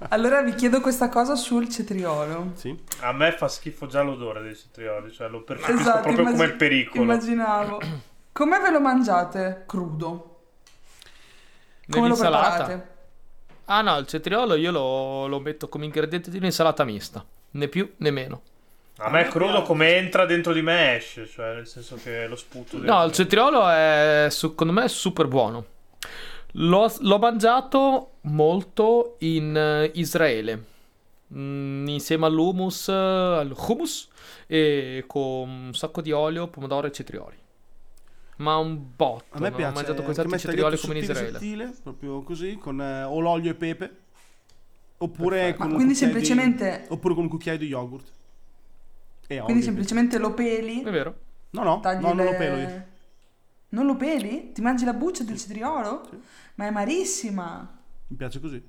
Speaker 1: Allora vi chiedo questa cosa sul cetriolo.
Speaker 2: Sì.
Speaker 3: A me fa schifo già l'odore dei cetrioli, cioè lo
Speaker 2: Ecco,
Speaker 3: percepisco
Speaker 2: Esatto,
Speaker 3: proprio
Speaker 1: immagin-
Speaker 3: come il pericolo.
Speaker 1: Esatto, Immaginavo. Come ve lo mangiate? Crudo. Come lo
Speaker 4: Nell'insalata.
Speaker 1: preparate?
Speaker 4: Ah no, il cetriolo io lo, lo metto come ingrediente di un'insalata mista. Né più né meno.
Speaker 3: A me crudo come entra dentro di me esce, cioè nel senso che lo sputo dentro.
Speaker 4: No, il cetriolo è secondo me super buono. L'ho, l'ho mangiato molto in eh, Israele. Mm, insieme all'hummus, eh, al hummus e con un sacco di olio, pomodoro e cetrioli. Ma un botto.
Speaker 2: A me
Speaker 4: non
Speaker 2: piace.
Speaker 4: ho mangiato
Speaker 2: anche
Speaker 4: così
Speaker 2: a me
Speaker 4: tanti
Speaker 2: tagliato
Speaker 4: cetrioli come in
Speaker 2: sottile,
Speaker 4: Israele.
Speaker 2: sottile, proprio così, con eh, o l'olio e pepe. Oppure
Speaker 4: Perfetto.
Speaker 2: con
Speaker 1: Ma
Speaker 2: un
Speaker 1: quindi
Speaker 2: cucchiaio di-
Speaker 1: semplicemente-
Speaker 2: oppure con un cucchiaio di yogurt. E olio.
Speaker 1: Quindi semplicemente lo peli?
Speaker 4: È vero.
Speaker 2: No, no,
Speaker 1: Tagli
Speaker 2: no, non
Speaker 1: le-
Speaker 2: lo pelo io.
Speaker 1: Non lo peli? Ti mangi la buccia del cetriolo? Ma è marissima.
Speaker 2: Mi piace così.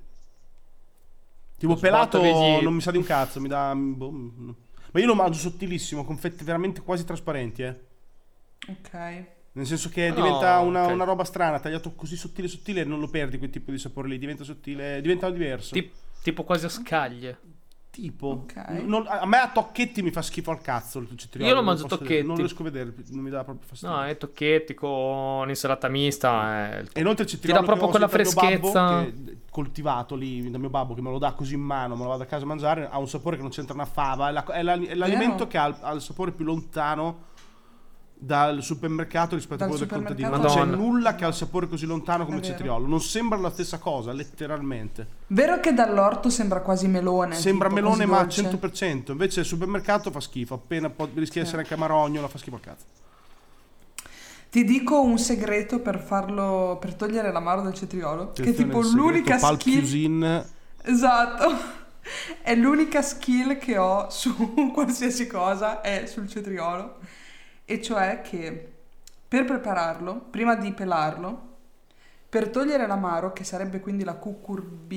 Speaker 2: Tipo
Speaker 4: Lo
Speaker 2: pelato
Speaker 4: sbatto degli-
Speaker 2: non mi sa di un cazzo, mi dà... boh, no. Ma io lo mangio sottilissimo, con fette veramente quasi trasparenti, eh.
Speaker 1: Ok.
Speaker 2: Nel senso che
Speaker 4: No,
Speaker 2: diventa una,
Speaker 4: Ah, ok.
Speaker 2: una roba strana, tagliato così sottile sottile non lo perdi quel tipo di sapore lì, diventa sottile, diventa diverso.
Speaker 4: Tip- tipo quasi a scaglie.
Speaker 2: Tipo,
Speaker 1: Ok.
Speaker 2: non- a me a tocchetti mi fa schifo al cazzo il cetriolo.
Speaker 4: Io lo
Speaker 2: non
Speaker 4: mangio
Speaker 2: posso-
Speaker 4: tocchetti.
Speaker 2: Non riesco a vedere, non mi dà proprio fastidio.
Speaker 4: No, è tocchetti con insalata mista. È il
Speaker 2: E inoltre il cetriolo
Speaker 4: dà proprio
Speaker 2: che avevo
Speaker 4: quella
Speaker 2: sentito da mio babbo,
Speaker 4: freschezza.
Speaker 2: che è coltivato lì da mio babbo che me lo dà così in mano, me lo vado a casa a mangiare, ha un sapore che non c'entra una fava, è, la- è la- è l'alimento che ha, il- ha il sapore più lontano dal supermercato rispetto a
Speaker 1: Dal
Speaker 2: quello del contadino. Non
Speaker 1: supermercato.
Speaker 2: c'è
Speaker 4: Madonna.
Speaker 2: nulla che ha il sapore così lontano come
Speaker 1: È
Speaker 2: il
Speaker 1: vero.
Speaker 2: cetriolo, non sembra la stessa cosa, letteralmente.
Speaker 1: Vero che dall'orto sembra quasi melone.
Speaker 2: Sembra
Speaker 1: tipo,
Speaker 2: melone
Speaker 1: quasi
Speaker 2: ma al
Speaker 1: dolce?
Speaker 2: 100%, invece il supermercato fa schifo, appena po- rischia di essere anche amarognolo, fa schifo al cazzo.
Speaker 1: Ti dico un segreto per farlo, per togliere l'amaro dal cetriolo. che è tipo
Speaker 2: Attenzione, il segreto
Speaker 1: l'unica
Speaker 2: Pulp
Speaker 1: skill.
Speaker 2: Cuisine.
Speaker 1: Esatto. È l'unica skill che ho su qualsiasi cosa, è sul cetriolo. E cioè che per prepararlo, prima di pelarlo, per togliere l'amaro, che sarebbe quindi la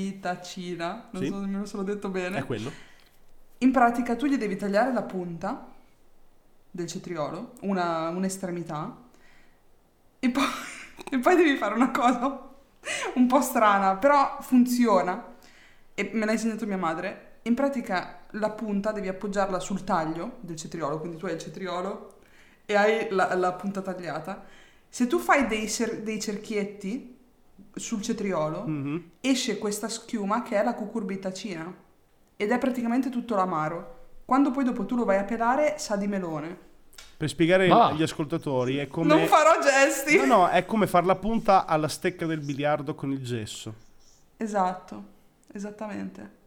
Speaker 1: cucurbitacina, non
Speaker 2: Sì.
Speaker 1: so nemmeno se l'ho detto
Speaker 2: è
Speaker 1: bene,
Speaker 2: quello.
Speaker 1: in pratica tu gli devi tagliare la punta del cetriolo, una, un'estremità, e poi, e poi devi fare una cosa un po' strana, però funziona. E me l'ha insegnato mia madre. In pratica la punta devi appoggiarla sul taglio del cetriolo, quindi tu hai il cetriolo e hai la, la punta tagliata. Se tu fai dei, cer- dei cerchietti sul cetriolo,
Speaker 2: Mhm.
Speaker 1: esce questa schiuma che è la cucurbitacina ed è praticamente tutto l'amaro. Quando poi dopo tu lo vai a pelare sa di melone.
Speaker 2: Per spiegare
Speaker 4: Ma va.
Speaker 2: agli ascoltatori è come
Speaker 1: Non farò gesti.
Speaker 2: No, no, è come far la punta alla stecca del biliardo con il gesso.
Speaker 1: Esatto, esattamente.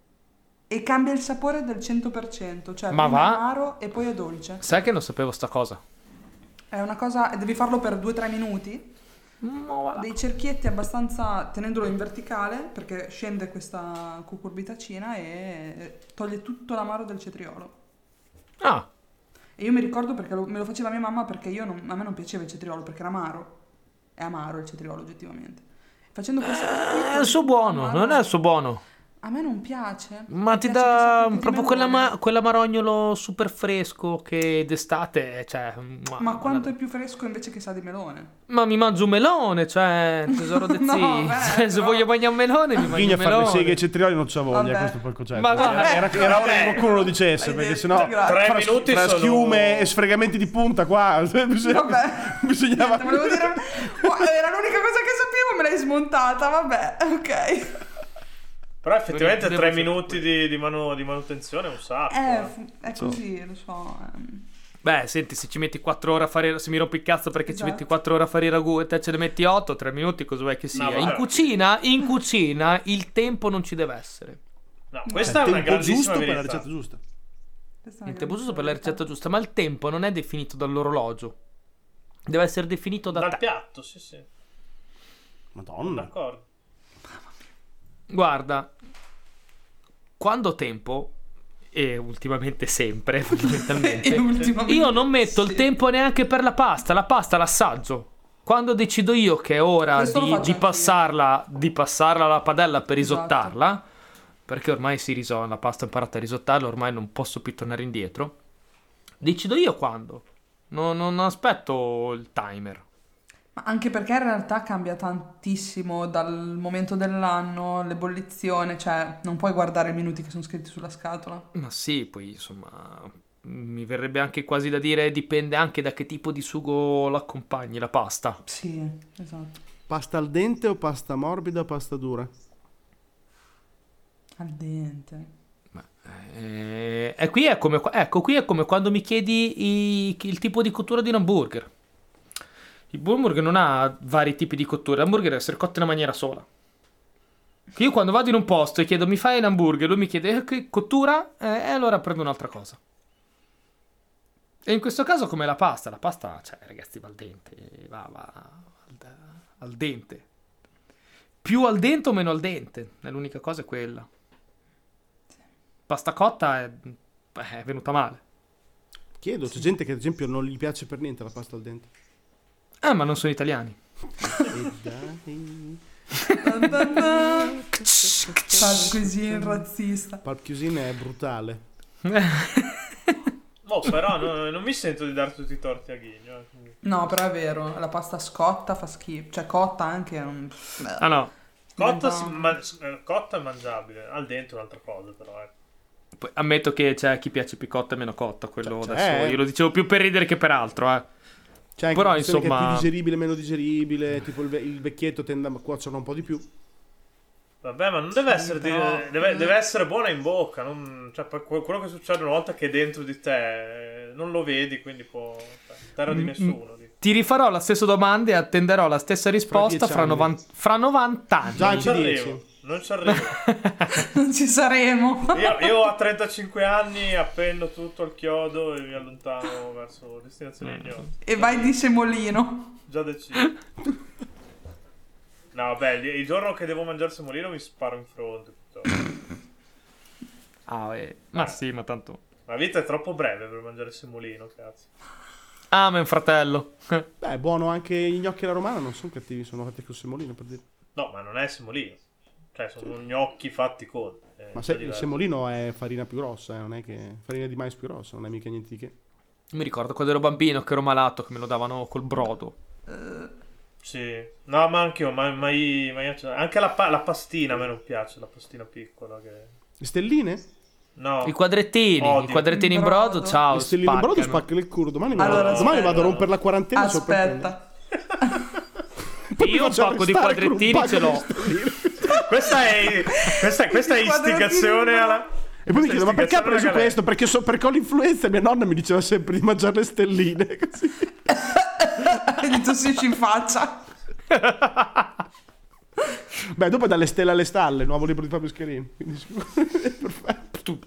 Speaker 1: E cambia il sapore del 100%, cioè
Speaker 4: Ma
Speaker 1: prima
Speaker 4: va?
Speaker 1: è amaro e poi è dolce.
Speaker 4: Sai che non sapevo sta cosa?
Speaker 1: È una cosa, e devi farlo per 2-3 minuti, dei cerchietti abbastanza tenendolo in verticale perché scende questa cucurbitacina e toglie tutto l'amaro del cetriolo.
Speaker 4: Ah,
Speaker 1: E io mi ricordo perché lo- me lo faceva mia mamma perché io non- a me non piaceva il cetriolo perché era amaro. È amaro il cetriolo oggettivamente. Facendo questo...
Speaker 4: Eh, è il suo buono, non è il suo buono.
Speaker 1: A me non piace.
Speaker 4: Ma
Speaker 1: Mi
Speaker 4: ti
Speaker 1: piace che sa
Speaker 4: dà
Speaker 1: più di
Speaker 4: proprio
Speaker 1: melone.
Speaker 4: quella, ma- quella marognolo super fresco che d'estate, cioè... mua,
Speaker 1: Ma quanto è
Speaker 4: guarda.
Speaker 1: più fresco invece che sa di melone?
Speaker 4: Ma mi mangio un melone, cioè, tesoro de zii.
Speaker 1: No, beh,
Speaker 4: Cioè, se
Speaker 1: però-
Speaker 4: voglio mangiare un melone, mi mangio
Speaker 2: Quindi
Speaker 4: un
Speaker 2: Ah, a fare le seghe cioè. ai
Speaker 4: melone.
Speaker 2: cetrioli non c'ha voglia,
Speaker 1: Vabbè.
Speaker 2: questo è il concetto.
Speaker 4: Ma
Speaker 2: era,
Speaker 4: guarda-
Speaker 2: era, era ora che
Speaker 3: Vabbè.
Speaker 2: qualcuno lo dicesse,
Speaker 1: Hai
Speaker 2: perché
Speaker 1: detto,
Speaker 2: sennò
Speaker 1: grazie.
Speaker 3: Tre
Speaker 2: fra,
Speaker 3: minuti
Speaker 2: fra
Speaker 3: sono-
Speaker 2: schiume e sfregamenti di punta qua bisogna-
Speaker 1: Vabbè.
Speaker 2: bisognava
Speaker 1: Niente, volevo dire- Oh, era l'unica cosa che sapevo, me l'hai smontata, vabbè, ok.
Speaker 3: Però effettivamente
Speaker 4: Devo-
Speaker 3: tre
Speaker 4: devo- Ah,
Speaker 3: minuti di, di manu- di manutenzione è un sacco.
Speaker 1: Eh,
Speaker 3: eh.
Speaker 1: fu- è così, lo so. ehm.
Speaker 4: Beh, senti, se ci metti 4 ore a fare. Se mi rompi il cazzo perché
Speaker 1: Esatto.
Speaker 4: ci metti 4 ore a fare i ragù e te ce ne metti 8, 3 minuti, cosa vuoi che sia?
Speaker 3: vabbè.
Speaker 4: in cucina, in cucina il tempo non ci deve essere.
Speaker 3: No,
Speaker 2: Il
Speaker 3: questa è
Speaker 2: Cioè, tempo
Speaker 3: una grandissima
Speaker 2: giusto per
Speaker 3: verità.
Speaker 2: la ricetta giusta.
Speaker 1: Questa è una
Speaker 4: Il tempo
Speaker 1: grande
Speaker 4: giusto per la
Speaker 1: verità.
Speaker 4: ricetta giusta, ma il tempo non è definito dall'orologio. Deve essere definito da
Speaker 3: Dal
Speaker 4: te. Mm.
Speaker 3: piatto, sì, sì.
Speaker 2: Madonna.
Speaker 3: D'accordo.
Speaker 4: Guarda, quando ho tempo, e ultimamente sempre, fondamentalmente,
Speaker 1: E ultimamente-
Speaker 4: io non metto
Speaker 1: sì.
Speaker 4: il tempo neanche per la pasta, la pasta l'assaggio. Quando decido io che è ora
Speaker 1: Questo lo
Speaker 4: di,
Speaker 1: faccio
Speaker 4: di
Speaker 1: anch'io.
Speaker 4: passarla, di passarla alla padella per
Speaker 1: Esatto.
Speaker 4: risottarla, perché ormai si riso- la pasta ho imparato a risottarla, ormai non posso più tornare indietro, decido io quando. Non, non aspetto il timer.
Speaker 1: Ma anche perché in realtà cambia tantissimo dal momento dell'anno, l'ebollizione, cioè non puoi guardare i minuti che sono scritti sulla scatola.
Speaker 4: Ma sì, poi insomma, mi verrebbe anche quasi da dire dipende anche da che tipo di sugo l'accompagni la pasta.
Speaker 1: Sì, esatto.
Speaker 2: Pasta al dente o pasta morbida o pasta dura?
Speaker 1: Al dente.
Speaker 4: Eh, e qui è come, qua- ecco, qui è come quando mi chiedi i- il tipo di cottura di un hamburger. Il hamburger non ha vari tipi di cottura, l'hamburger deve essere cotto in una maniera sola. Io quando vado in un posto e chiedo mi fai un hamburger, lui mi chiede "Eh, che cottura Eh, e allora prendo un'altra cosa. E in questo caso come la pasta, la pasta, cioè ragazzi, va al dente, va, va al, al dente. Più al dente o meno al dente, è l'unica cosa è quella pasta cotta è, eh, è venuta male.
Speaker 2: Chiedo, c'è gente che ad esempio non gli piace per niente la pasta al dente.
Speaker 4: Ah, ma non sono italiani.
Speaker 2: E dai.
Speaker 1: Tan tan tan. Parchesin razzista.
Speaker 2: Pulp Cuisine è brutale.
Speaker 3: Boh, però no- non mi sento di dare tutti i torti a Ghigno. eh, quindi.
Speaker 1: No, però è vero, la pasta scotta fa schifo, cioè cotta anche. non-
Speaker 4: Ah no,
Speaker 3: Cotta,
Speaker 1: Diventa-
Speaker 3: si ma- eh, cotta è mangiabile, al dente è un'altra cosa però. eh.
Speaker 4: Poi ammetto che c'è chi piace più cotta e meno cotta, quello
Speaker 2: Cioè,
Speaker 4: adesso
Speaker 2: eh.
Speaker 4: io lo dicevo più per ridere che per altro, eh.
Speaker 2: C'è Cioè, anche
Speaker 4: Però,
Speaker 2: una questione che è
Speaker 4: insomma-
Speaker 2: più digeribile, meno digeribile, tipo il, ve- il vecchietto tende a cuocerlo un po' di più.
Speaker 3: Vabbè, ma non deve
Speaker 1: Sì,
Speaker 3: essere, di-
Speaker 1: però-
Speaker 3: deve, deve essere buona in bocca. non- cioè, per que- quello che succede una volta che è dentro di te eh, non lo vedi, quindi può. cioè, terra di
Speaker 4: Mm,
Speaker 3: nessuno. dico.
Speaker 4: Ti rifarò la stessa domanda e attenderò la stessa risposta
Speaker 2: dieci
Speaker 4: fra,
Speaker 2: anni.
Speaker 4: novan- fra 90 anni.
Speaker 2: Già-
Speaker 3: Non ci
Speaker 2: Anche dieci.
Speaker 3: arrivo, non ci arrivo.
Speaker 1: Non ci saremo.
Speaker 3: Io, io a 35 anni appendo tutto al chiodo e mi allontano verso destinazione ignote.
Speaker 1: E vai di semolino.
Speaker 3: Già deciso. No, beh, il il giorno che devo mangiare semolino mi sparo in fronte. piuttosto.
Speaker 4: Ah, eh. Ma sì, ma tanto...
Speaker 3: La vita è troppo breve per mangiare semolino, cazzo.
Speaker 4: Ah, ma è un fratello.
Speaker 2: Beh, è buono anche gli gnocchi alla romana, non sono cattivi, sono fatti col semolino per dire.
Speaker 3: No, ma non è semolino. Cioè, sono gnocchi fatti con. eh,
Speaker 2: Ma se-
Speaker 3: già
Speaker 2: il
Speaker 3: diverso.
Speaker 2: semolino è farina più grossa, eh, non è che farina di mais più grossa, non è mica niente di che.
Speaker 4: Mi ricordo quando ero bambino che ero malato, che me lo davano col brodo.
Speaker 3: Sì. No, ma anche io, ma, mai, mai accettato. Anche la, pa- la pastina a me non piace, la pastina piccola. Che...
Speaker 2: Le stelline?
Speaker 3: No.
Speaker 4: I quadrettini,
Speaker 3: Odio.
Speaker 4: i quadrettini in
Speaker 1: In brodo.
Speaker 4: brodo, ciao.
Speaker 2: le stelline in brodo
Speaker 4: Ah, spaccano.
Speaker 2: spacca il culo, domani, mi vado-
Speaker 1: Allora,
Speaker 2: domani
Speaker 3: aspetta.
Speaker 2: vado a rompere la quarantena. solo per quello.
Speaker 1: Aspetta.
Speaker 2: Poi mi
Speaker 4: Io un
Speaker 2: faccio
Speaker 4: pacco di
Speaker 2: arrestare con un
Speaker 4: quadrettini
Speaker 2: pacco
Speaker 4: ce
Speaker 2: di
Speaker 4: l'ho.
Speaker 2: stelline.
Speaker 3: Questa è, questa, questa è
Speaker 1: Il quadratino
Speaker 3: istigazione
Speaker 1: in
Speaker 3: alla.
Speaker 2: E poi mi chiedo, ma perché ha preso
Speaker 3: Istigazione alla
Speaker 2: questo? Perché, so, perché ho l'influenza, mia nonna mi diceva sempre di mangiare le stelline, così.
Speaker 1: Gli tossisci in faccia.
Speaker 2: Beh, dopo dalle stelle alle stalle, nuovo libro di Fabio Scherini. Quindi sicuro- perfetto.
Speaker 4: Tu-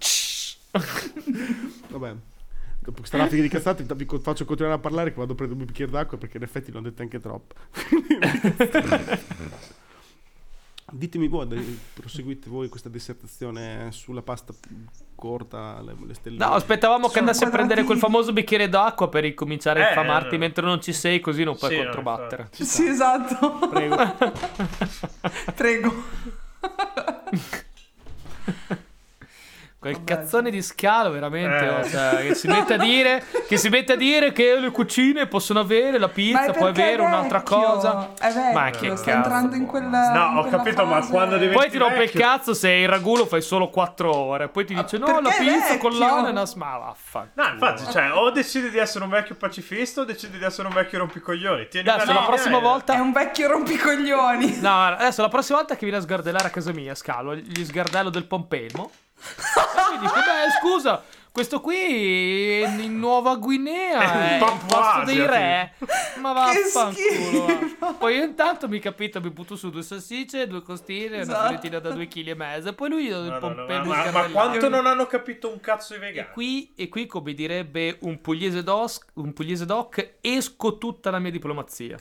Speaker 2: Vabbè. Dopo questa raffica di cazzate vi co- faccio continuare a parlare che vado a prendere un bicchiere d'acqua perché in effetti l'ho detto anche troppo. Ditemi voi, dai, proseguite voi questa dissertazione sulla pasta corta, le, le stelline.
Speaker 4: No, aspettavamo che
Speaker 1: Sono
Speaker 4: andassi a prendere quel
Speaker 1: quadratini.
Speaker 4: famoso bicchiere d'acqua per ricominciare a
Speaker 3: Eh,
Speaker 4: infamarti
Speaker 3: eh.
Speaker 4: mentre non ci sei, così non puoi
Speaker 3: Sì, no,
Speaker 4: controbattere.
Speaker 1: Sì, esatto.
Speaker 2: Prego.
Speaker 1: Prego.
Speaker 4: Quel
Speaker 1: Vabbè.
Speaker 4: cazzone di scalo, veramente.
Speaker 3: Eh.
Speaker 4: oh, cioè, che, si mette a dire, che si mette a dire che le cucine possono avere la
Speaker 1: Ma è
Speaker 4: pizza, può
Speaker 1: perché è
Speaker 4: avere un'altra
Speaker 1: vecchio,
Speaker 4: cosa.
Speaker 1: È vecchio,
Speaker 4: Ma che
Speaker 1: sta
Speaker 4: cazzo,
Speaker 1: entrando in
Speaker 4: boh.
Speaker 1: quella
Speaker 3: No, ho
Speaker 1: in quella
Speaker 3: capito, ma
Speaker 1: fase.
Speaker 3: quando diventi-
Speaker 4: Poi ti rompe il
Speaker 3: vecchio.
Speaker 4: cazzo se il ragù lo fai solo 4 ore. Poi ti dice: No,
Speaker 1: Ah, perché
Speaker 4: la
Speaker 1: è
Speaker 4: pizza con
Speaker 1: vecchio?"
Speaker 4: l'ananas. Ma vaffanculo.
Speaker 3: No, infatti, cioè, o decidi di essere un vecchio pacifista o decidi di essere un vecchio rompicoglioni. Tieni
Speaker 4: Adesso
Speaker 3: una
Speaker 4: la
Speaker 3: linea eh.
Speaker 4: prossima
Speaker 3: e-
Speaker 1: È
Speaker 4: volta.
Speaker 1: un vecchio rompicoglioni.
Speaker 4: No, adesso la prossima volta che viene a sgardellare a casa mia, scalo gli sgardello del pompelmo. E mi dico, beh, scusa, Questo qui in in Nuova Guinea
Speaker 3: È
Speaker 4: è
Speaker 3: in
Speaker 4: il
Speaker 3: Papua
Speaker 4: posto
Speaker 3: Asia,
Speaker 4: dei re. Ma vaffanculo. va.
Speaker 1: schifo.
Speaker 4: Poi io intanto mi capito, mi butto su due salsicce, due costine, una
Speaker 1: Esatto.
Speaker 4: filettina da 2 kg e mezzo. Poi lui gli do il
Speaker 3: Madonna, ma,
Speaker 4: pompello di
Speaker 3: ma- ma
Speaker 4: scarrellata.
Speaker 3: quanto non hanno capito un cazzo i
Speaker 4: E
Speaker 3: vegani?
Speaker 4: qui, e qui, come direbbe un pugliese, dos- un pugliese doc, esco tutta la mia diplomazia.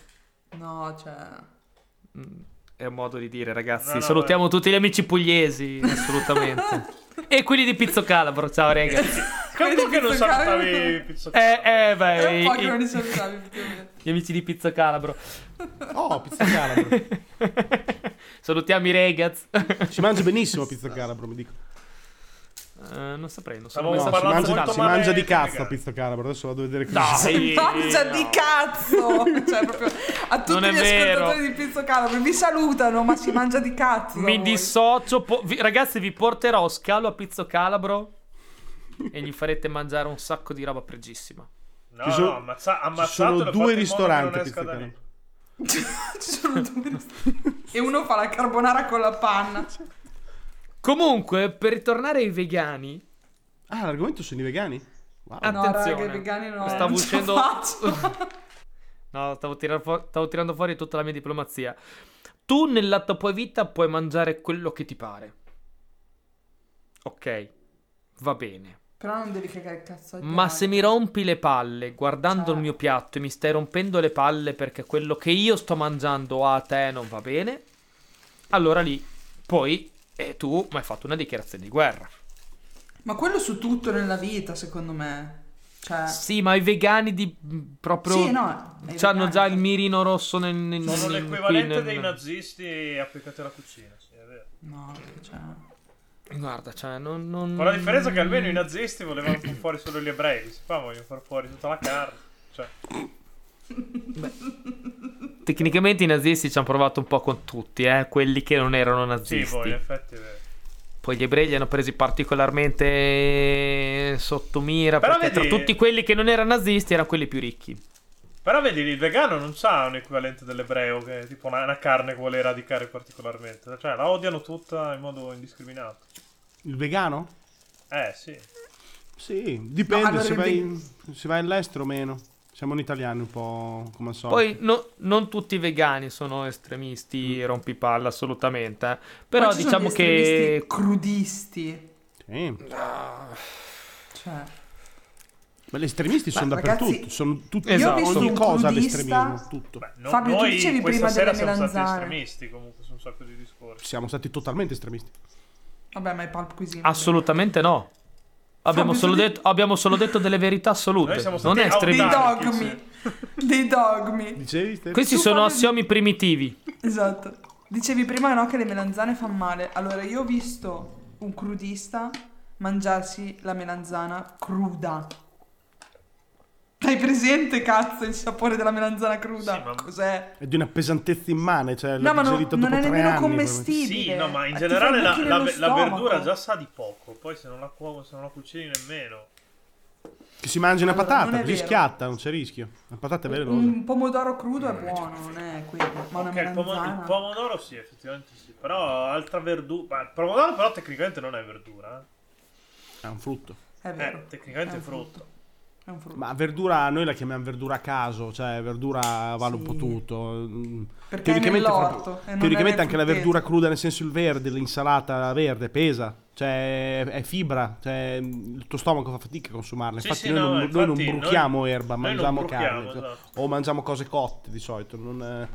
Speaker 1: No, cioè...
Speaker 4: Mm, È un modo di dire, ragazzi.
Speaker 3: No, no,
Speaker 4: Salutiamo tutti gli amici pugliesi, assolutamente. e quelli di Pizzo Calabro, ciao raga.
Speaker 3: Capito che non
Speaker 1: Pizzo
Speaker 3: salutavi
Speaker 1: Calabro.
Speaker 3: pizzo
Speaker 4: eh, eh,
Speaker 1: È
Speaker 4: beh,
Speaker 1: un po' che
Speaker 4: i-
Speaker 1: non li salutavi, effettivamente.
Speaker 4: gli amici di Pizzo Calabro.
Speaker 2: Oh, pizza calabro.
Speaker 4: Salutiamo i ragazzi.
Speaker 2: si mangia benissimo pizza calabro, mi dico.
Speaker 4: Eh, non saprei, non so
Speaker 3: Stavo
Speaker 4: come
Speaker 2: No,
Speaker 4: sta
Speaker 2: si
Speaker 3: parlando
Speaker 4: suonando.
Speaker 2: mangia,
Speaker 3: molto
Speaker 2: si
Speaker 3: male
Speaker 2: mangia di
Speaker 3: dei
Speaker 2: cazzo
Speaker 3: vegani.
Speaker 2: pizza calabro, adesso vado a vedere cosa
Speaker 4: Dai,
Speaker 1: Mangia
Speaker 4: no.
Speaker 1: di cazzo! Cioè, proprio a tutti
Speaker 4: Non è
Speaker 1: gli ascoltatori
Speaker 4: vero.
Speaker 1: di Pizzo Calabro vi salutano, ma si mangia di cazzo! da
Speaker 4: Mi
Speaker 1: voi.
Speaker 4: dissocio. po- vi- ragazzi, vi porterò scalo a Pizzo Calabro e gli farete mangiare un sacco di roba pregissima.
Speaker 3: No,
Speaker 2: Ci sono-
Speaker 3: no, ammazza-
Speaker 2: Ci
Speaker 3: ammazzatelo,
Speaker 2: sono
Speaker 3: fate in
Speaker 2: due
Speaker 3: modo che
Speaker 2: ristoranti
Speaker 3: non
Speaker 2: pizza
Speaker 3: esca da lì.
Speaker 2: calabro.
Speaker 1: Ci sono due ristoranti. E uno fa la carbonara con la panna.
Speaker 4: Comunque, per ritornare ai vegani,
Speaker 2: Ah, l'argomento sono i vegani? Wow.
Speaker 4: Ah,
Speaker 1: No, raga,
Speaker 4: Attenzione.
Speaker 1: i vegani no.
Speaker 4: Stavo
Speaker 1: non ce la
Speaker 4: uscendo-
Speaker 1: faccio.
Speaker 4: no, stavo, tirar fu- stavo tirando fuori tutta la mia diplomazia. Tu nella tua poi vita puoi mangiare quello che ti pare. Ok, va bene.
Speaker 1: Però non devi cagare il cazzo. ai
Speaker 4: Ma
Speaker 1: piani.
Speaker 4: se mi rompi le palle guardando
Speaker 1: Cioè.
Speaker 4: il mio piatto e mi stai rompendo le palle perché quello che io sto mangiando a te non va bene, allora lì poi eh, tu mi hai fatto una dichiarazione di guerra.
Speaker 1: Ma quello su tutto nella vita, secondo me. Cioè...
Speaker 4: Sì, ma i vegani di mh, proprio
Speaker 1: Sì, no, ai
Speaker 4: hanno
Speaker 1: vegani.
Speaker 4: già il mirino rosso nel, nel,
Speaker 3: Sono
Speaker 4: nel-
Speaker 3: l'equivalente
Speaker 4: qui nel-
Speaker 3: dei nazisti applicati alla cucina, sì, è vero.
Speaker 1: No, cioè...
Speaker 4: Guarda, cioè, non, non...
Speaker 3: Con la differenza che almeno i nazisti volevano far fuori solo gli ebrei, questi qua vogliono far fuori tutta la carne. Cioè,
Speaker 4: Tecnicamente i nazisti ci hanno provato un po' con tutti, eh, quelli che non erano
Speaker 3: sì, eh.
Speaker 4: nazisti.
Speaker 3: poi in effetti è vero.
Speaker 4: Poi gli ebrei li hanno presi particolarmente sotto mira,
Speaker 3: Però
Speaker 4: perché
Speaker 3: vedi-
Speaker 4: tra tutti quelli che non erano nazisti erano quelli più ricchi.
Speaker 3: Però vedi, il vegano non sa un equivalente dell'ebreo che è tipo una, una carne che vuole radicare particolarmente. Cioè, la odiano tutta in modo indiscriminato.
Speaker 2: Il vegano?
Speaker 3: Eh, sì.
Speaker 2: Sì, dipende
Speaker 1: No, allora
Speaker 2: se,
Speaker 1: il
Speaker 2: vai, se vai all'estero o meno. Siamo un italiano un po' come al solito.
Speaker 4: Poi no- non tutti i vegani sono estremisti,
Speaker 2: Mm.
Speaker 4: rompipalla assolutamente. eh. Però
Speaker 1: Poi ci sono
Speaker 4: diciamo
Speaker 1: gli
Speaker 4: che...
Speaker 1: estremisti Crudisti.
Speaker 2: Sì.
Speaker 1: Cioè...
Speaker 2: Ma gli estremisti sono
Speaker 1: Ma,
Speaker 2: dappertutto,
Speaker 1: ragazzi,
Speaker 2: sono tutti,
Speaker 4: io ho
Speaker 1: visto
Speaker 2: ogni
Speaker 1: un
Speaker 2: cosa
Speaker 1: crudista-
Speaker 2: all'estremismo, tutto.
Speaker 3: Beh, no-
Speaker 1: Fabio, tu
Speaker 3: noi
Speaker 1: dicevi
Speaker 3: questa
Speaker 1: prima
Speaker 3: sera
Speaker 1: delle
Speaker 3: siamo stati
Speaker 1: melanzane.
Speaker 3: estremisti comunque su un sacco di discorsi.
Speaker 2: Siamo stati totalmente estremisti.
Speaker 1: Vabbè, ma è Pulp Cuisine.
Speaker 4: Assolutamente no. Abbiamo
Speaker 1: Fabio,
Speaker 4: solo,
Speaker 1: tu di-
Speaker 4: detto, abbiamo solo detto delle verità assolute.
Speaker 3: Noi siamo stati
Speaker 4: non è
Speaker 1: Dei
Speaker 4: estremista.
Speaker 3: audaci.
Speaker 1: dogmi. Dei dogmi.
Speaker 2: Dicevi, Stefano?
Speaker 4: Questi
Speaker 1: Tu
Speaker 4: sono
Speaker 1: Fabio-
Speaker 4: assiomi primitivi.
Speaker 1: Esatto. Dicevi prima no che le melanzane fanno male. Allora, io ho visto un crudista mangiarsi la melanzana cruda. Hai presente, cazzo, il sapore della melanzana cruda?
Speaker 3: Sì, ma-
Speaker 1: Cos'è?
Speaker 2: È di una pesantezza immane, cioè l'ho
Speaker 1: No, ma non,
Speaker 2: digerita
Speaker 1: non
Speaker 2: dopo
Speaker 1: è
Speaker 2: tre
Speaker 1: nemmeno
Speaker 2: anni, veramente.
Speaker 1: commestibile.
Speaker 3: Sì, no, ma in
Speaker 1: Ti fa
Speaker 3: generale la,
Speaker 1: buchi
Speaker 3: la-
Speaker 1: nello
Speaker 3: la
Speaker 1: stomaco.
Speaker 3: verdura già sa di poco. Poi se non la, cuo- se non la cucini nemmeno.
Speaker 2: Che si mangia una
Speaker 1: Allora, non
Speaker 2: patata,
Speaker 1: è
Speaker 2: così
Speaker 1: vero. Mm.
Speaker 2: schiatta, non c'è rischio. La patata è veloce.
Speaker 1: Un pomodoro crudo è
Speaker 3: Mm,
Speaker 1: buono, non è quello. Ma una
Speaker 3: certo Ok, il, pomo-
Speaker 1: melanzana.
Speaker 3: il pomodoro sì, effettivamente sì. Però altra verdura. Il pomodoro, però, tecnicamente non è verdura. eh.
Speaker 2: È un frutto.
Speaker 1: È vero.
Speaker 3: Eh, tecnicamente
Speaker 1: È
Speaker 3: è
Speaker 1: un
Speaker 3: frutto.
Speaker 1: È un frutto.
Speaker 2: Ma verdura, noi la chiamiamo verdura a caso, cioè verdura vale un po'
Speaker 1: Sì.
Speaker 2: tutto. mm.
Speaker 1: Perché
Speaker 2: Teoricamente,
Speaker 1: è nell'orto e non
Speaker 2: teoricamente
Speaker 1: è nel
Speaker 2: anche la
Speaker 1: frutteto.
Speaker 2: verdura cruda, nel senso il verde, l'insalata verde, pesa. Cioè è fibra, cioè il tuo stomaco fa fatica a consumarla.
Speaker 3: Sì,
Speaker 2: infatti,
Speaker 3: sì,
Speaker 2: noi,
Speaker 3: no,
Speaker 2: non,
Speaker 3: infatti
Speaker 2: noi non
Speaker 3: noi-
Speaker 2: bruchiamo erba,
Speaker 3: noi non
Speaker 2: mangiamo
Speaker 3: bruchiamo,
Speaker 2: carne. cioè,
Speaker 3: esatto.
Speaker 2: O mangiamo cose cotte di solito, non, eh,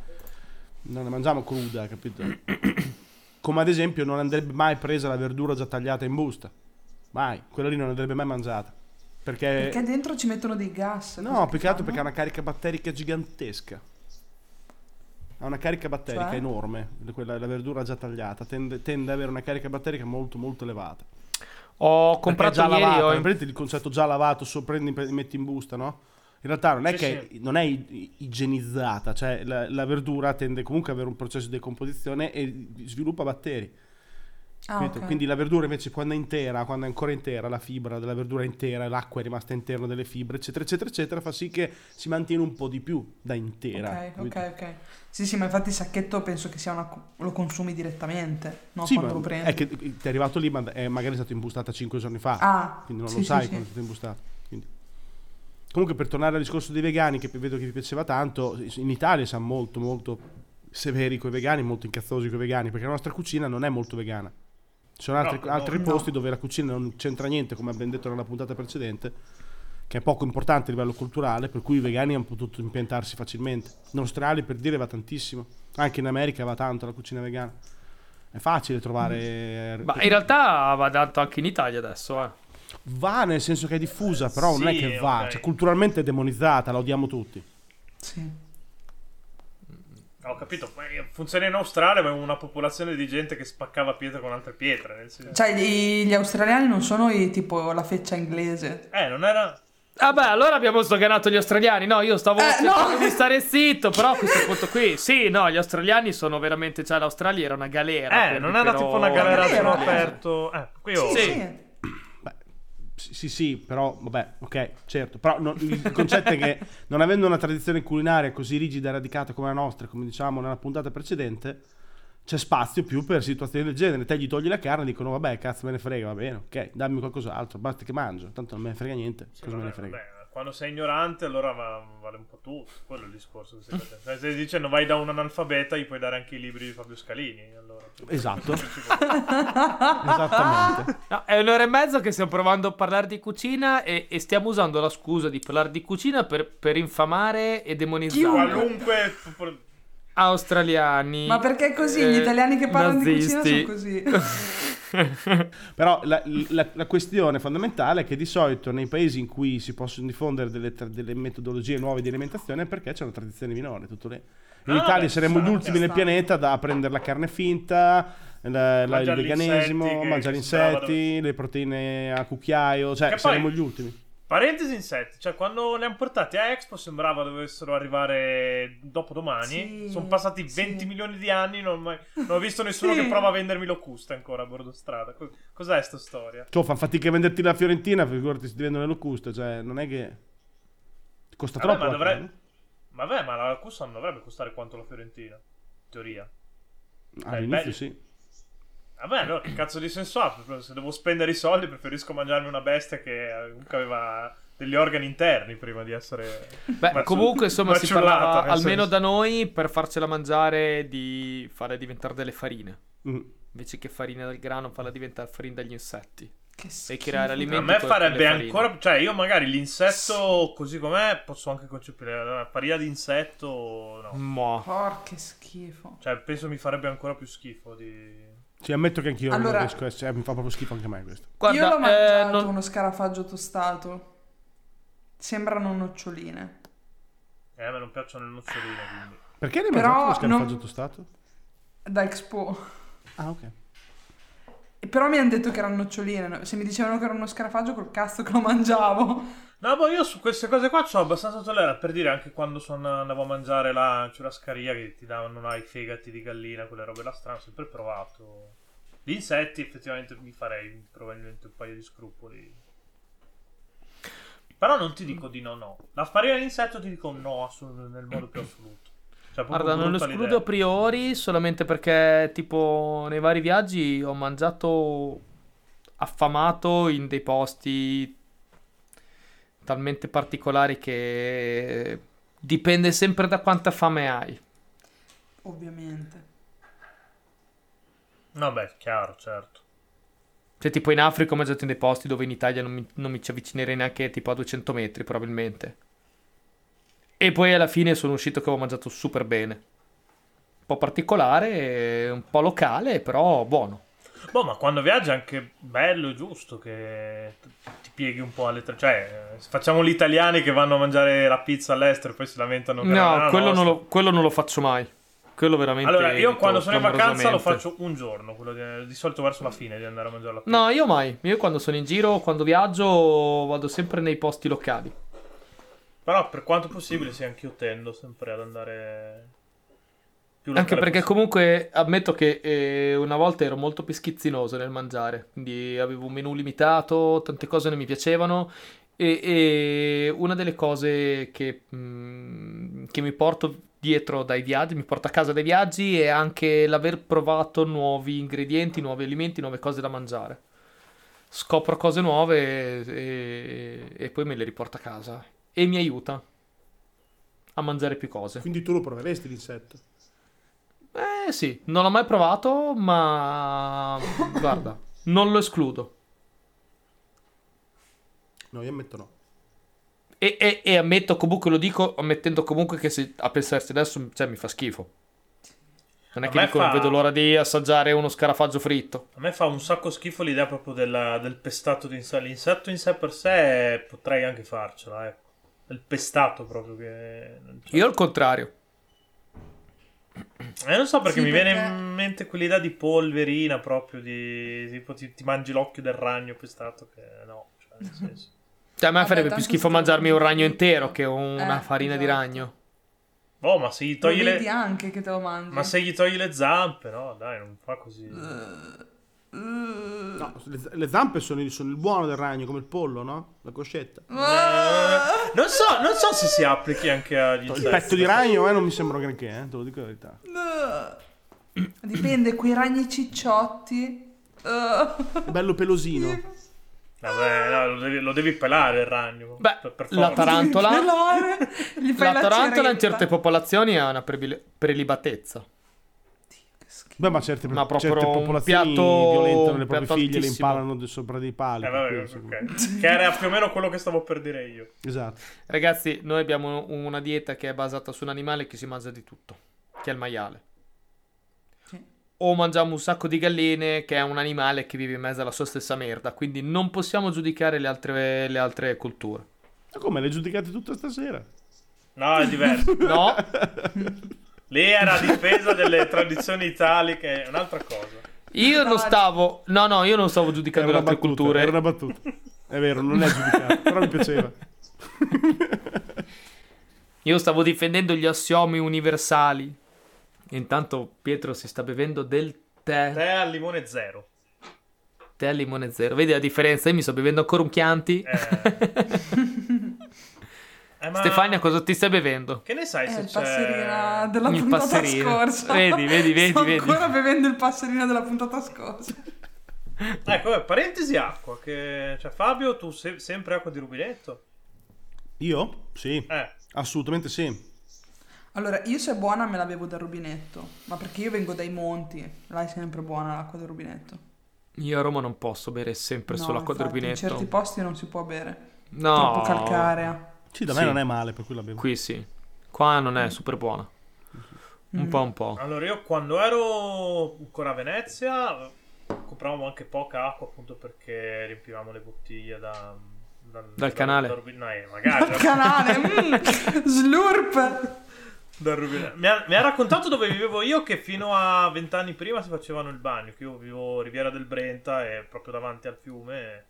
Speaker 2: non la mangiamo cruda, capito? Come ad esempio non andrebbe mai presa la verdura già tagliata in busta. Mai, quella lì non andrebbe mai mangiata.
Speaker 1: Perché dentro ci mettono dei gas.
Speaker 2: eh, No, più che
Speaker 1: peccato
Speaker 2: altro perché ha una carica batterica gigantesca. Ha una carica batterica
Speaker 1: Cioè?
Speaker 2: enorme, quella, la verdura già tagliata, tende, tende ad avere una carica batterica molto molto elevata. Perché
Speaker 4: Ho
Speaker 2: è
Speaker 4: comprato
Speaker 2: già
Speaker 4: ieri.
Speaker 2: lavata,
Speaker 4: ho-
Speaker 2: non prendete il concetto già lavato, so, prendi e metti in busta, no? In realtà non è
Speaker 3: Sì,
Speaker 2: che non è i- igienizzata, cioè la, la verdura tende comunque ad avere un processo di decomposizione e sviluppa batteri.
Speaker 1: Ah,
Speaker 2: capito?
Speaker 1: ok.
Speaker 2: Quindi la verdura invece quando è intera, quando è ancora intera, la fibra della verdura è intera, l'acqua è rimasta interna delle fibre, eccetera, eccetera, eccetera, fa sì che si mantiene un po' di più da intera.
Speaker 1: Ok,
Speaker 2: capito?
Speaker 1: ok, ok. Sì, sì, ma infatti il sacchetto penso che sia una. co- lo consumi direttamente, no?
Speaker 2: Sì,
Speaker 1: quando lo
Speaker 2: ma
Speaker 1: prendi.
Speaker 2: è che ti è arrivato lì, ma è magari è stato imbustata 5 giorni fa.
Speaker 1: Ah,
Speaker 2: quindi non
Speaker 1: sì,
Speaker 2: lo
Speaker 1: sì,
Speaker 2: sai
Speaker 1: sì.
Speaker 2: quando è stato imbustato. quindi. Comunque, per tornare al discorso dei vegani, che vedo che vi piaceva tanto, in Italia siamo molto, molto severi con i vegani, molto incazzosi con i vegani, perché la nostra cucina non è molto vegana. Ci sono altri,
Speaker 3: No, no,
Speaker 2: altri
Speaker 1: no.
Speaker 2: posti dove la cucina non c'entra niente, come abbiamo detto nella puntata precedente, che è poco importante a livello culturale, per cui i vegani hanno potuto impiantarsi facilmente. In Australia, per dire, va tantissimo. Anche in America va tanto la cucina vegana. È facile trovare...
Speaker 4: Mm.
Speaker 2: eh,
Speaker 4: Ma in realtà va dato anche in Italia adesso, eh.
Speaker 2: Va nel senso che è diffusa, però non è
Speaker 3: sì,
Speaker 2: che va,
Speaker 3: ok.
Speaker 2: cioè, culturalmente è demonizzata, la odiamo tutti.
Speaker 1: Sì.
Speaker 3: Ah, Ho capito, ma funziona in Australia, ma è una popolazione di gente che spaccava pietre con altre pietre. Nel senso...
Speaker 1: Cioè, gli, gli australiani non sono i, tipo la feccia inglese.
Speaker 3: Eh, non era...
Speaker 4: Vabbè, allora abbiamo sdoganato gli australiani. No, io stavo
Speaker 1: Eh,
Speaker 4: cercando
Speaker 1: no.
Speaker 4: di stare zitto, però a questo punto qui, sì, no, gli australiani sono veramente, cioè l'Australia era una galera.
Speaker 3: Eh,
Speaker 4: quindi
Speaker 3: non era
Speaker 4: però-
Speaker 3: tipo una galera a
Speaker 1: Era.
Speaker 3: cielo aperto. Eh, qui ho...
Speaker 1: Sì,
Speaker 4: Sì.
Speaker 1: sì.
Speaker 2: Beh, sì, sì, sì, però vabbè, ok, certo, però non- il concetto è che non avendo una tradizione culinaria così rigida e radicata come la nostra, come diciamo nella puntata precedente, c'è spazio più per situazioni del genere. Te gli togli la carne e dicono vabbè, cazzo me ne frega, va bene, ok, dammi qualcos'altro, basta che mangio, tanto non me ne frega niente,
Speaker 3: Sì,
Speaker 2: cosa me
Speaker 3: vabbè,
Speaker 2: ne frega.
Speaker 3: vabbè, quando sei ignorante, allora va- vale un po' tutto. Quello è il discorso. Che stai facendo. Cioè, stai dicendo vai da un analfabeta, gli puoi dare anche i libri di Fabio Scalini. Allora.
Speaker 2: Esatto, esattamente.
Speaker 4: No, è un'ora e mezzo che stiamo provando a parlare di cucina e, e stiamo usando la scusa di parlare di cucina per, per infamare e demonizzare
Speaker 3: Qualunque.
Speaker 4: australiani.
Speaker 1: Ma perché è così? Gli
Speaker 4: eh,
Speaker 1: italiani che parlano di
Speaker 4: nazisti.
Speaker 1: cucina sono così.
Speaker 2: Però la, la- la questione fondamentale è che di solito nei paesi in cui si possono diffondere delle, tra- delle metodologie nuove di alimentazione è perché c'è una tradizione minore, tutto lì. In
Speaker 3: Ah,
Speaker 2: Italia
Speaker 3: beh,
Speaker 2: saremmo
Speaker 3: sta,
Speaker 2: gli ultimi
Speaker 1: sta.
Speaker 2: nel pianeta da prendere la carne finta, la- la- il
Speaker 3: Mangiare gli
Speaker 2: veganesimo,
Speaker 3: insetti che-
Speaker 2: mangiare
Speaker 3: che si trovano.
Speaker 2: insetti, le proteine a cucchiaio,
Speaker 3: Che
Speaker 2: cioè
Speaker 3: poi-
Speaker 2: saremmo gli ultimi.
Speaker 3: Parentesi insetti, cioè quando li hanno portati a Expo sembrava dovessero arrivare dopo domani.
Speaker 1: Sì,
Speaker 3: Sono passati
Speaker 1: sì.
Speaker 3: 20 milioni di anni, non ho, mai- non ho visto nessuno
Speaker 1: Sì.
Speaker 3: che prova a vendermi locusta ancora a bordo strada. Co- Cos'è sta storia?
Speaker 2: Cioè, fanno fatica a venderti la Fiorentina, figurati se ti vendono le locuste, cioè non è che... Costa
Speaker 3: Vabbè,
Speaker 2: troppo.
Speaker 3: ma
Speaker 2: la
Speaker 3: dovrebbe-
Speaker 2: carne.
Speaker 3: Ma vabbè, ma la locusta non dovrebbe costare quanto la Fiorentina, in teoria. Eh,
Speaker 2: All'inizio
Speaker 3: beh,
Speaker 2: sì.
Speaker 3: Vabbè, allora che cazzo di senso ha? Se devo spendere i soldi preferisco mangiarmi una bestia che eh, comunque aveva degli organi interni prima di essere...
Speaker 4: Beh,
Speaker 3: maciu-
Speaker 4: comunque insomma si
Speaker 3: maciullata,
Speaker 4: parlava
Speaker 3: nel
Speaker 4: almeno
Speaker 3: senso.
Speaker 4: da noi per farcela mangiare di farla diventare delle farine.
Speaker 2: Mm.
Speaker 4: Invece che farina dal grano, farla diventare farina dagli insetti.
Speaker 1: Che schifo.
Speaker 4: E creare
Speaker 3: A
Speaker 4: alimenti.
Speaker 3: me
Speaker 4: con-
Speaker 3: farebbe
Speaker 4: con le farine.
Speaker 3: ancora... Cioè, io magari l'insetto così com'è posso anche concepire. La farina di insetto no.
Speaker 4: Mm. Mo.
Speaker 1: Porca schifo.
Speaker 3: Cioè, penso mi farebbe ancora più schifo di... eh,
Speaker 2: Sì, ammetto che anch'io
Speaker 1: Allora-
Speaker 2: non riesco a essere- eh, mi fa proprio schifo anche a me questo.
Speaker 4: Guarda,
Speaker 1: Io l'ho mangiato
Speaker 4: eh, non-
Speaker 1: uno scarafaggio tostato. Sembrano noccioline.
Speaker 3: Eh, a me non piacciono le noccioline, quindi...
Speaker 2: Perché hai
Speaker 1: Però
Speaker 2: mangiato lo scarafaggio
Speaker 1: non-
Speaker 2: tostato?
Speaker 1: Da Expo.
Speaker 2: Ah, ok.
Speaker 1: E Però mi hanno detto che erano noccioline. Se mi dicevano che era uno scarafaggio, col cazzo che lo mangiavo.
Speaker 3: No, boh, io su queste cose qua ho abbastanza tolleranza per dire anche quando sono- andavo a mangiare la ciurascaria che ti davano là i fegati di gallina, quelle robe là strane, ho sempre provato. Gli insetti effettivamente mi farei probabilmente un paio di scrupoli. Però non ti dico di no no. La farina di insetto ti dico no assolut- nel modo più assoluto. Cioè, proprio
Speaker 4: Guarda, non lo
Speaker 3: brutta l'idea.
Speaker 4: escludo a priori solamente perché, tipo, nei vari viaggi ho mangiato affamato in dei posti talmente particolari che dipende sempre da quanta fame hai.
Speaker 1: Ovviamente.
Speaker 3: No, beh, chiaro, certo.
Speaker 4: Cioè, tipo in Africa ho mangiato in dei posti dove in Italia non mi, non mi ci avvicinerei neanche tipo a 200 metri, probabilmente. E poi alla fine sono uscito che avevo mangiato super bene. Un po' particolare, un po' locale, però buono.
Speaker 3: Boh, ma quando viaggi è anche bello e giusto che t- ti pieghi un po' alle tre. Cioè, eh, facciamo gli italiani che vanno a mangiare la pizza all'estero e poi si lamentano. che non è
Speaker 4: No,
Speaker 3: la
Speaker 4: quello non,
Speaker 3: nostra.
Speaker 4: lo, quello non lo faccio mai. Quello veramente.
Speaker 3: Allora, io
Speaker 4: evito
Speaker 3: quando sono in vacanza lo
Speaker 4: clamorosamente.
Speaker 3: faccio un giorno, quello di, di solito verso la fine di andare a mangiare la pizza.
Speaker 4: No, io mai. Io quando sono in giro, quando viaggio, vado sempre nei posti locali.
Speaker 3: Però per quanto possibile, sì, anch'io tendo sempre ad andare più
Speaker 4: Anche
Speaker 3: locale
Speaker 4: perché
Speaker 3: possibile.
Speaker 4: comunque admetto che eh, una volta ero molto pischizzinoso nel mangiare, quindi avevo un menù limitato, tante cose non mi piacevano e, e una delle cose che, mm, che mi porto dietro dai viaggi, mi porto a casa dai viaggi è anche l'aver provato nuovi ingredienti, nuovi alimenti, nuove cose da mangiare. Scopro cose nuove e- e- e poi me le riporto a casa e mi aiuta a mangiare più cose.
Speaker 5: Quindi tu lo proveresti l'insetto.
Speaker 4: Eh sì, non l'ho mai provato, ma guarda, non lo escludo.
Speaker 5: No, io ammetto no.
Speaker 4: E, e- e ammetto comunque, lo dico, ammettendo comunque che se, a pensarci adesso, cioè, mi fa schifo. Non è
Speaker 3: A
Speaker 4: che
Speaker 3: me
Speaker 4: dico, non
Speaker 3: fa-
Speaker 4: vedo l'ora di assaggiare uno scarafaggio fritto.
Speaker 3: A me fa un sacco schifo l'idea proprio della- del pestato di insetto. L'insetto in sé per sé eh, potrei anche farcela, ecco. È Il pestato proprio che... non c'è.
Speaker 4: Io al contrario.
Speaker 3: Eh, non so perché
Speaker 1: Sì,
Speaker 3: mi viene
Speaker 1: perché-
Speaker 3: in mente quell'idea di polverina proprio, di... Tipo ti, ti mangi l'occhio del ragno pestato che... No, cioè, nel senso...
Speaker 4: Cioè, a me
Speaker 1: Vabbè,
Speaker 4: farebbe più
Speaker 1: tanto
Speaker 4: schifo
Speaker 1: sta-
Speaker 4: mangiarmi un ragno intero che una
Speaker 1: Eh,
Speaker 4: farina di
Speaker 1: esatto.
Speaker 4: ragno.
Speaker 3: Boh, ma se gli
Speaker 1: Lo
Speaker 3: togli le...
Speaker 1: vedi anche che te lo mangi.
Speaker 3: Ma se gli togli le zampe, no, dai, non fa così.
Speaker 2: Eh.
Speaker 1: Mm.
Speaker 2: No.
Speaker 5: Le, le zampe sono, il- sono il buono del ragno, come il pollo, no? La coscetta.
Speaker 4: Eh.
Speaker 1: Ah!
Speaker 3: Eh, Non so, non so se si applichi anche agli
Speaker 2: Il
Speaker 3: insetti.
Speaker 2: petto di ragno eh, non mi sembra granché, eh, te lo dico la verità.
Speaker 1: Dipende, quei ragni cicciotti.
Speaker 4: eh.
Speaker 1: Ah.
Speaker 5: È bello pelosino.
Speaker 3: Vabbè, no, lo, devi, lo devi pelare il ragno.
Speaker 4: Beh,
Speaker 3: per, per
Speaker 4: la
Speaker 3: forza.
Speaker 4: tarantola.
Speaker 1: Velore, gli fai
Speaker 4: La tarantola
Speaker 1: ceretta.
Speaker 4: in certe popolazioni ha una prebile- prelibatezza.
Speaker 1: Che schifo.
Speaker 2: Beh, ma certe,
Speaker 4: Ma proprio
Speaker 2: certe
Speaker 4: un
Speaker 2: popolazioni
Speaker 4: piatto-
Speaker 2: violentano le
Speaker 4: un
Speaker 2: proprie
Speaker 4: piatto
Speaker 2: figlie, le
Speaker 4: altissimo.
Speaker 2: impalano di- sopra dei pali.
Speaker 3: Eh,
Speaker 2: per
Speaker 3: vabbè,
Speaker 2: cui, insomma.
Speaker 3: ok. Che era più o meno quello che stavo per dire io.
Speaker 2: Esatto.
Speaker 4: Ragazzi, noi abbiamo una dieta che è basata su un animale che si mangia di tutto, che è il maiale.
Speaker 1: Sì.
Speaker 4: O mangiamo un sacco di galline, che è un animale che vive in mezzo alla sua stessa merda, quindi non possiamo giudicare le altre, le altre culture.
Speaker 2: Ma come, le giudicate tutta stasera?
Speaker 3: No, è diverso.
Speaker 4: No,
Speaker 3: Lì era a difesa delle tradizioni italiche, è un'altra cosa.
Speaker 4: io non stavo... No, no, io non stavo
Speaker 2: Era
Speaker 4: giudicando le
Speaker 2: una
Speaker 4: altre
Speaker 2: battuta, era una
Speaker 4: culture.
Speaker 2: battuta. È vero, non è giudicata, però mi piaceva.
Speaker 4: Io stavo difendendo gli assiomi universali. Intanto Pietro si sta bevendo del tè,
Speaker 3: Tè al limone zero.
Speaker 4: tè al limone zero. Vedi la differenza? Io mi sto bevendo ancora un Chianti.
Speaker 3: Eh. Eh, ma
Speaker 4: Stefania, cosa ti stai bevendo?
Speaker 3: Che ne sai
Speaker 1: Eh,
Speaker 3: se
Speaker 1: il
Speaker 3: c'è...
Speaker 1: passerino della
Speaker 4: Il
Speaker 1: puntata
Speaker 4: passerino.
Speaker 1: scorsa.
Speaker 4: Vedi, vedi, vedi,
Speaker 1: Sto
Speaker 4: vedi.
Speaker 1: ancora bevendo il passerino della puntata scorsa.
Speaker 3: Ecco, vabbè, parentesi acqua. Che... Cioè, Fabio, tu se- sempre acqua di rubinetto?
Speaker 2: Io? Sì,
Speaker 3: Eh,
Speaker 2: assolutamente sì.
Speaker 1: Allora, io se è buona me la bevo dal rubinetto, ma perché io vengo dai monti, là è sempre buona l'acqua del rubinetto.
Speaker 4: Io a Roma non posso bere sempre
Speaker 1: No,
Speaker 4: solo acqua del
Speaker 1: infatti, In
Speaker 4: rubinetto.
Speaker 1: certi posti non si può bere,
Speaker 4: no,
Speaker 1: troppo calcarea.
Speaker 2: Sì, da me
Speaker 4: Sì.
Speaker 2: non è male, per cui la bevo.
Speaker 4: Qui sì. Qua non è super buona.
Speaker 2: Mm.
Speaker 4: Un po' un po'.
Speaker 3: Allora, io quando ero ancora a Venezia eh, compravamo anche poca acqua appunto perché riempivamo le bottiglie da, dal,
Speaker 4: canale.
Speaker 3: dal rubi- no, eh, magari
Speaker 1: Al
Speaker 3: dal-
Speaker 1: canale, mm, slurp!
Speaker 3: dal rubinetto. Mi ha, mi ha raccontato dove vivevo io che fino a vent'anni prima si facevano il bagno. Che io vivo a Riviera del Brenta e proprio davanti al fiume eh,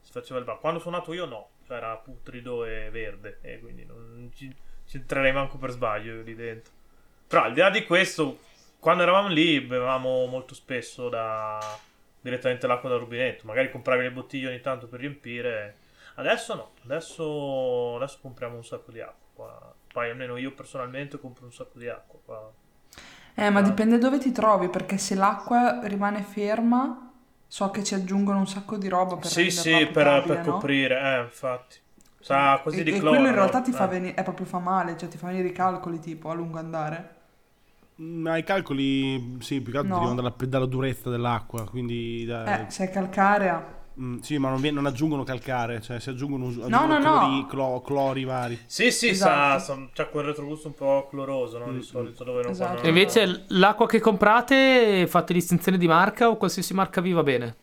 Speaker 3: si faceva il bagno. Quando sono nato io, no, cioè era putrido e verde e quindi non ci, ci entrerei manco per sbaglio io lì dentro. Però al di là di questo, quando eravamo lì bevevamo molto spesso da, direttamente l'acqua dal rubinetto. Magari compravi le bottiglie ogni tanto per riempire. Adesso no, adesso, adesso compriamo un sacco di acqua. Qua. Poi almeno io personalmente compro un sacco di acqua. Qua.
Speaker 1: Eh, ma dipende dove ti trovi, perché se l'acqua rimane ferma, so che ci aggiungono un sacco di roba per
Speaker 3: Sì,
Speaker 1: renderla
Speaker 3: sì, per,
Speaker 1: potabile,
Speaker 3: per
Speaker 1: no?
Speaker 3: coprire, eh, infatti. Sa quasi
Speaker 1: e,
Speaker 3: di
Speaker 1: e
Speaker 3: cloro.
Speaker 1: quello in
Speaker 3: no?
Speaker 1: realtà ti fa
Speaker 3: Eh.
Speaker 1: venire, è proprio fa male, cioè ti fa venire i calcoli tipo a lungo andare.
Speaker 2: Mm, ai calcoli, sì, più che altro
Speaker 1: No.
Speaker 2: derivano dalla, dalla durezza dell'acqua, quindi... da-
Speaker 1: Eh, se è calcarea.
Speaker 2: mm, sì, ma non, vi- non aggiungono calcare, cioè si aggiungono,
Speaker 1: No, no,
Speaker 2: aggiungono
Speaker 1: no.
Speaker 2: clori, clo- clori vari.
Speaker 3: Sì, sì,
Speaker 1: Esatto.
Speaker 3: sa, sa- c'ha quel retrogusto un po' cloroso, no? Di solito dove non
Speaker 1: Esatto.
Speaker 3: quando-
Speaker 4: E Invece l'acqua che comprate fate distinzione di marca o qualsiasi marca vi va bene.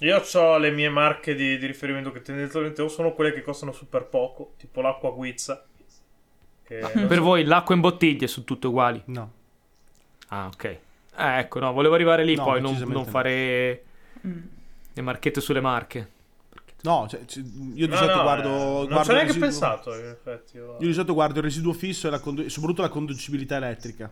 Speaker 3: Io ho le mie marche di, di riferimento che tendenzialmente o sono quelle che costano super poco, tipo l'acqua guizza. Che
Speaker 2: Ah.
Speaker 4: Per voi l'acqua in bottiglie sono tutte uguali.
Speaker 2: No.
Speaker 4: Ah, ok. Eh, ecco, no, volevo arrivare lì
Speaker 2: No,
Speaker 4: poi, non,
Speaker 2: decisamente
Speaker 4: non
Speaker 2: no.
Speaker 4: fare
Speaker 1: Mm.
Speaker 4: le marchette sulle marche.
Speaker 2: No, cioè, ci- io di
Speaker 3: No,
Speaker 2: solito
Speaker 3: no,
Speaker 2: guardo...
Speaker 3: eh, non
Speaker 2: guardo
Speaker 3: ci ho
Speaker 2: il
Speaker 3: neanche
Speaker 2: residuo-
Speaker 3: pensato, in effetti. io-
Speaker 2: Io di solito guardo il residuo fisso e la condu- soprattutto la conducibilità elettrica.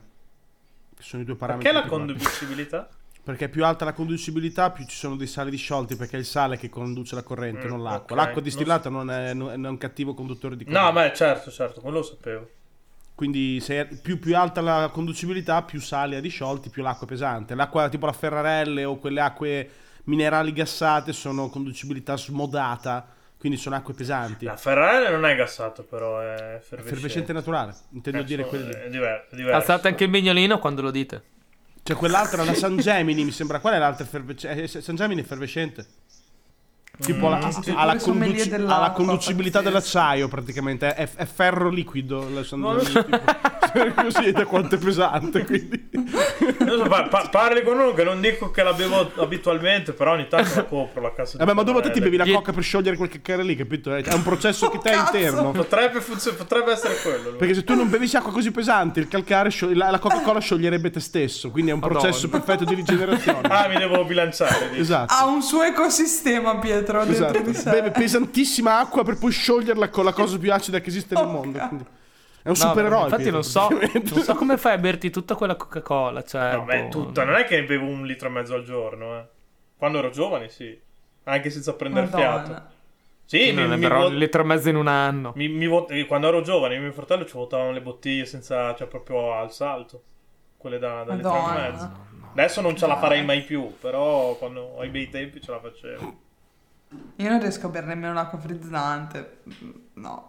Speaker 2: che sono i due parametri.
Speaker 3: Perché la
Speaker 2: principali.
Speaker 3: conducibilità?
Speaker 2: Perché più alta la conducibilità, più ci sono dei sali disciolti, perché è il sale che conduce la corrente,
Speaker 3: Mm,
Speaker 2: non l'acqua.
Speaker 3: ok.
Speaker 2: L'acqua distillata non è, non è un cattivo conduttore di corrente.
Speaker 3: No, ma certo, certo, quello lo sapevo.
Speaker 2: Quindi se è- più, più alta la conducibilità, più sali a disciolti, più l'acqua è pesante. L'acqua tipo la Ferrarelle o quelle acque minerali gassate sono conducibilità smodata, quindi sono acque pesanti.
Speaker 3: La Ferrari non è gassato, però è
Speaker 2: Effervescente
Speaker 3: effervescente.
Speaker 2: naturale, intendo
Speaker 3: Cazzo,
Speaker 2: dire quelle lì.
Speaker 3: È diverso. è diverso.
Speaker 4: Alzate anche il mignolino quando lo dite.
Speaker 2: Cioè quell'altra, la San Gemini, mi sembra. Qual è l'altra effervescente? Eh, San Gemini è effervescente. Tipo alla-
Speaker 1: Mm, sì,
Speaker 2: alla,
Speaker 1: pure sommelier
Speaker 2: conduci-
Speaker 1: dell'acqua,
Speaker 2: alla conducibilità
Speaker 1: pazzesco.
Speaker 2: dell'acciaio praticamente, è, è ferro liquido la San
Speaker 3: Ma lo-
Speaker 2: Gemini, tipo. così da quanto è pesante, quindi.
Speaker 3: Non so, pa- pa- parli con uno che non dico che la bevo abitualmente, però ogni tanto la compro la cassa di
Speaker 2: Vabbè, Eh, ma dopo tu ti bevi
Speaker 3: Ferrarelle.
Speaker 2: la
Speaker 4: Gli-
Speaker 2: cocca per sciogliere quel caccare lì, capito? È un processo che te è
Speaker 1: Oh, cazzo!
Speaker 2: interno.
Speaker 3: Potrebbe, funzio- potrebbe essere quello. lui.
Speaker 2: Perché se tu non bevissi acqua così pesante, il calcare, scioglie- la, la Coca-Cola scioglierebbe te stesso. Quindi è un
Speaker 4: Madonna.
Speaker 2: processo perfetto di rigenerazione.
Speaker 3: Ah, mi devo bilanciare. dici.
Speaker 2: esatto.
Speaker 1: Ha un suo ecosistema, Pietro, dentro
Speaker 2: Esatto.
Speaker 1: di sé.
Speaker 2: Beve pesantissima acqua per poi scioglierla con la cosa più acida che esiste nel
Speaker 1: Oh,
Speaker 2: mondo.
Speaker 1: cazzo.
Speaker 2: quindi. È un
Speaker 4: No,
Speaker 2: supereroe.
Speaker 4: Infatti,
Speaker 2: Pietro,
Speaker 4: non so,
Speaker 2: praticamente.
Speaker 4: non so come fai a berti tutta quella Coca-Cola. Cioè,
Speaker 3: No, beh,
Speaker 4: boh.
Speaker 3: tutta. Non è che bevo un litro e mezzo al giorno. eh. Quando ero giovane, sì. Anche senza prendere fiato.
Speaker 1: Madonna.
Speaker 3: Sì,
Speaker 4: Io non
Speaker 3: mi,
Speaker 4: ne
Speaker 3: mi,
Speaker 4: berrò
Speaker 3: vo-
Speaker 4: un litro e mezzo in un anno.
Speaker 3: mi- mi vo- eh, quando ero giovane, io e mio fratello ci vuotavamo le bottiglie senza, cioè proprio al salto. Quelle da, da litro e
Speaker 1: Madonna.
Speaker 3: mezzo. Adesso non ce la farei mai più, però quando ho i bei tempi ce la facevo.
Speaker 1: Io non riesco a bere nemmeno l'acqua frizzante. mm, No.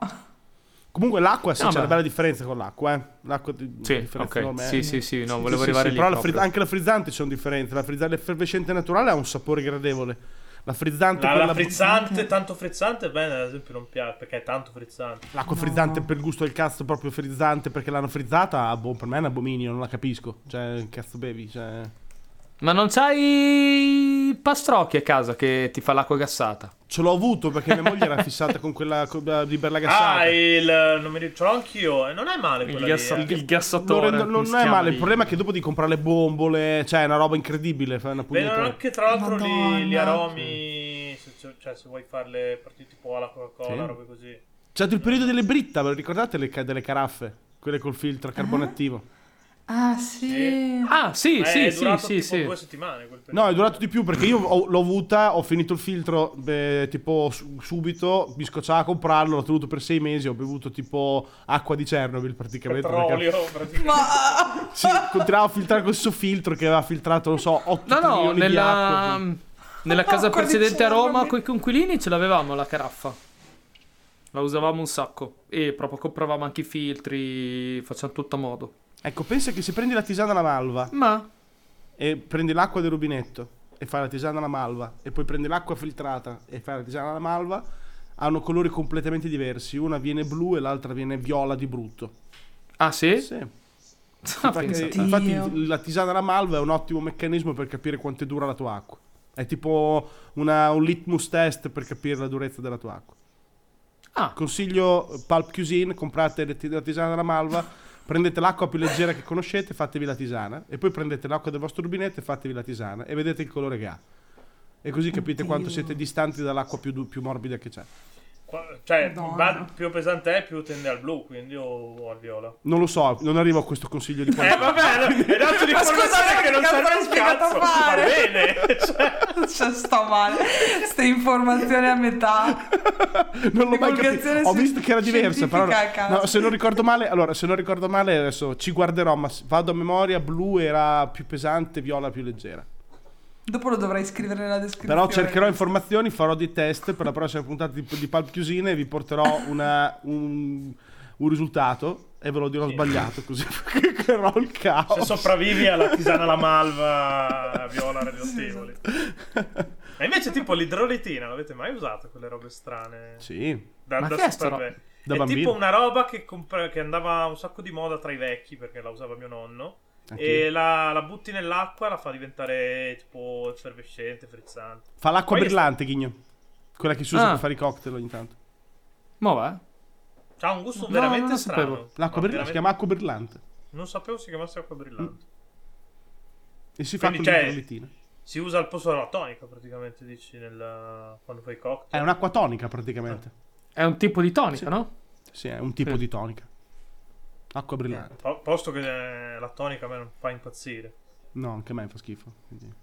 Speaker 2: Comunque l'acqua sì,
Speaker 4: No,
Speaker 2: c'è
Speaker 4: ma-
Speaker 2: una bella differenza con l'acqua. Eh. L'acqua di-
Speaker 4: Sì,
Speaker 2: differenza
Speaker 4: ok.
Speaker 2: enorme, eh.
Speaker 4: Sì, sì, sì, no,
Speaker 2: Sì,
Speaker 4: volevo
Speaker 2: sì,
Speaker 4: arrivare
Speaker 2: sì,
Speaker 4: lì.
Speaker 2: però la
Speaker 4: proprio.
Speaker 2: frizz- anche la frizzante sono differenti. La frizzante, l'effervescente naturale ha un sapore gradevole. La frizzante,
Speaker 3: La,
Speaker 2: quella-
Speaker 3: la frizzante, tanto frizzante, bene, ad esempio non piace perché è tanto frizzante.
Speaker 2: l'acqua
Speaker 1: No,
Speaker 2: frizzante
Speaker 1: no.
Speaker 2: per gusto del cazzo, proprio frizzante perché l'hanno frizzata. Boh, per me è un abominio, non la capisco. Cioè, che cazzo bevi? Cioè...
Speaker 4: Ma non c'hai il pastrocchi a casa che ti fa l'acqua gassata?
Speaker 2: Ce l'ho avuto perché mia moglie era fissata con quella co- di Berla Gassata.
Speaker 3: Ah, il. non mi ricordo, ce l'ho anch'io, e non è male
Speaker 4: Il,
Speaker 3: quella lì.
Speaker 4: gassa-
Speaker 3: eh.
Speaker 4: il
Speaker 2: Lo
Speaker 4: gassatore.
Speaker 2: rendo-
Speaker 4: come
Speaker 2: non
Speaker 4: si
Speaker 2: è
Speaker 4: chiama
Speaker 2: male,
Speaker 4: lì?
Speaker 2: il problema è che dopo di comprare le bombole, cioè è una roba incredibile, fai una
Speaker 3: Vedono
Speaker 2: pugnetta.
Speaker 3: anche tra l'altro
Speaker 1: Madonna.
Speaker 3: gli, gli aromi, se, se- cioè se vuoi farle partite tipo alla Coca-Cola,
Speaker 2: Sì.
Speaker 3: robe così.
Speaker 2: C'è stato il periodo delle britta, ve lo ricordate le ca- delle caraffe? Quelle col filtro a carbone attivo.
Speaker 1: Ah, sì.
Speaker 4: Ah, sì,
Speaker 3: Eh,
Speaker 4: sì,
Speaker 3: è
Speaker 4: sì,
Speaker 3: durato
Speaker 4: sì,
Speaker 3: tipo
Speaker 4: sì.
Speaker 3: due settimane quel periodo.
Speaker 2: No, è durato di più perché io ho- l'ho avuta, ho finito il filtro beh, tipo su- subito, mi scocciava a comprarlo, l'ho tenuto per sei mesi, ho bevuto tipo acqua di Chernobyl praticamente. perché-
Speaker 3: Petrolio, praticamente.
Speaker 1: Ma...
Speaker 2: Sì, continuavo a filtrare con questo filtro che aveva filtrato, non so, 8
Speaker 4: No, no,
Speaker 2: milioni di
Speaker 4: nella,
Speaker 2: acqua.
Speaker 4: nella casa
Speaker 1: Acqua di
Speaker 4: precedente a
Speaker 1: Chernobyl.
Speaker 4: Roma con i conquilini ce l'avevamo la caraffa. La usavamo un sacco. E proprio compravamo anche i filtri, facciamo tutto a modo.
Speaker 2: Ecco, pensa che se prendi la tisana alla malva
Speaker 4: Ma
Speaker 2: e prendi l'acqua del rubinetto e fai la tisana alla malva e poi prendi l'acqua filtrata e fai la tisana alla malva, hanno colori completamente diversi. Una viene blu e l'altra viene viola di brutto.
Speaker 4: Ah sì?
Speaker 2: Sì.
Speaker 4: Ah,
Speaker 2: Perché-
Speaker 4: pensa.
Speaker 2: infatti la tisana alla malva è un ottimo meccanismo per capire quanto è dura la tua acqua. È tipo una- un litmus test per capire la durezza della tua acqua.
Speaker 4: Ah.
Speaker 2: Consiglio eh, Pulp Cuisine, comprate le ti- la tisana alla malva, prendete l'acqua più leggera che conoscete, fatevi la tisana e poi prendete l'acqua del vostro rubinetto e fatevi la tisana e vedete il colore che ha. E così capite quanto siete distanti dall'acqua più, du- più morbida che c'è.
Speaker 3: Qua- Cioè,
Speaker 1: Madonna.
Speaker 3: va- più pesante è, più tende al blu, quindi o, o al viola.
Speaker 2: Non lo so, non arrivo a questo consiglio di
Speaker 3: Eh
Speaker 2: qualità.
Speaker 3: vabbè, no, è dato di
Speaker 1: Ma
Speaker 3: informazione
Speaker 1: scusate,
Speaker 3: che non
Speaker 1: che
Speaker 3: serve
Speaker 1: cazzo
Speaker 3: un
Speaker 1: l'ho spiegato
Speaker 3: cazzo.
Speaker 1: a fare?
Speaker 3: Va bene. Cioè,
Speaker 1: Cioè, sto male. Ste informazioni a metà.
Speaker 2: non l'ho mai
Speaker 1: Divulgazione
Speaker 2: capito. Ho visto che era diversa,
Speaker 1: scientifica
Speaker 2: però
Speaker 1: a caso.
Speaker 2: no, se non ricordo male, allora se non ricordo male adesso ci guarderò, ma s- vado a memoria, blu era più pesante, viola più leggera.
Speaker 1: Dopo lo dovrai scrivere nella descrizione.
Speaker 2: Però cercherò informazioni, farò dei test per la prossima puntata di, di Pulp Chiusine e vi porterò una- un, un risultato e ve lo dirò sbagliato così creerò il
Speaker 3: se
Speaker 2: caos.
Speaker 3: sopravvivi alla tisana alla malva, viola, radioattivoli. E invece tipo l'idrolitina, l'avete mai usata quelle robe strane?
Speaker 2: Sì.
Speaker 3: Da,
Speaker 4: Ma
Speaker 3: da
Speaker 4: che è
Speaker 3: super
Speaker 4: sta
Speaker 3: vecchi.
Speaker 2: da
Speaker 3: è
Speaker 2: bambino.
Speaker 3: tipo una roba che, compra- che andava un sacco di moda tra i vecchi perché la usava mio nonno.
Speaker 2: anche
Speaker 3: E
Speaker 2: io.
Speaker 3: la, la butti nell'acqua e la fa diventare tipo effervescente, frizzante.
Speaker 2: Fa l'acqua
Speaker 3: Poi è-
Speaker 2: brillante, Ghigno. Quella che si usa
Speaker 4: Ah.
Speaker 2: per fare i cocktail ogni tanto.
Speaker 4: Ma va. eh.
Speaker 3: Ha un gusto
Speaker 4: No,
Speaker 3: veramente
Speaker 4: non lo
Speaker 3: strano.
Speaker 4: sapevo.
Speaker 2: L'acqua
Speaker 3: Ma
Speaker 2: brillante, si
Speaker 3: veramente-
Speaker 2: chiama acqua brillante.
Speaker 3: Non sapevo si chiamasse acqua brillante.
Speaker 4: Mm.
Speaker 2: E si fa
Speaker 3: Quindi,
Speaker 2: con
Speaker 3: cioè,
Speaker 2: l'idrolitina.
Speaker 3: Si usa al posto della tonica praticamente, dici, nel- quando fai i
Speaker 2: È
Speaker 3: cocktail.
Speaker 2: un'acqua tonica praticamente.
Speaker 4: È un tipo di tonica, no?
Speaker 2: Sì, è un tipo
Speaker 4: Sì. Esatto.
Speaker 2: di tonica. Acqua brillante.
Speaker 3: Po- posto che eh, eh, la tonica a me non fa impazzire.
Speaker 2: No, anche a me fa schifo. quindi.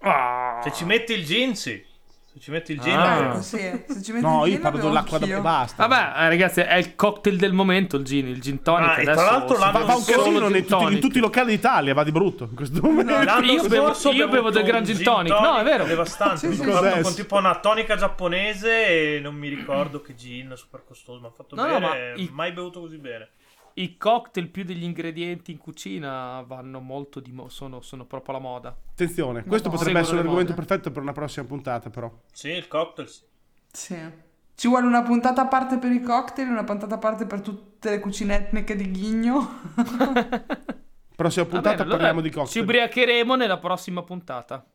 Speaker 4: Ah.
Speaker 3: Se ci metti il gin, sì. Se ci metti il gin,
Speaker 4: Ah.
Speaker 3: è vero.
Speaker 1: Ecco, Sì, se ci metti
Speaker 2: No,
Speaker 1: il
Speaker 2: io
Speaker 1: gin,
Speaker 2: parlo
Speaker 1: bevo
Speaker 2: dell'acqua da
Speaker 1: anch'io.
Speaker 2: e basta.
Speaker 4: Vabbè, eh, ragazzi, è il cocktail del momento il gin, il gin tonic.
Speaker 3: Ah, e tra
Speaker 4: adesso
Speaker 3: l'altro
Speaker 4: si
Speaker 3: l'hanno
Speaker 2: Fa,
Speaker 4: beve
Speaker 2: fa un
Speaker 4: solo
Speaker 2: casino
Speaker 4: gin
Speaker 2: nei- tutti- in
Speaker 4: tonic.
Speaker 2: tutti i locali d'Italia, va di brutto in questo momento.
Speaker 3: eh, L'anno
Speaker 4: Io bevo-
Speaker 3: scorso ho
Speaker 4: io bevo del
Speaker 3: bevuto
Speaker 4: Gran
Speaker 3: un
Speaker 4: Gin Tonic. No, è vero.
Speaker 3: Devastante.
Speaker 1: Sì,
Speaker 3: mi
Speaker 1: sì,
Speaker 3: sono fatto
Speaker 2: sì.
Speaker 3: con tipo una tonica giapponese e non mi ricordo che gin super costoso. Mi ha fatto
Speaker 4: No, no,
Speaker 3: bene. eh,
Speaker 4: ma il-
Speaker 3: Mai bevuto così bene.
Speaker 4: I cocktail più degli ingredienti in cucina vanno molto di mo- sono, sono proprio la moda.
Speaker 2: Attenzione, questo
Speaker 1: no,
Speaker 2: potrebbe
Speaker 4: seguono
Speaker 2: essere
Speaker 4: le
Speaker 2: l'argomento
Speaker 4: mode.
Speaker 2: perfetto per una prossima puntata, però.
Speaker 3: Sì, il cocktail. Sì.
Speaker 1: Sì. Ci vuole una puntata a parte per i cocktail, una puntata a parte per tutte le cucine etniche di ghigno.
Speaker 2: Prossima
Speaker 4: Va
Speaker 2: puntata
Speaker 4: bene, allora
Speaker 2: parliamo di cocktail.
Speaker 4: Ci ubriacheremo nella prossima puntata.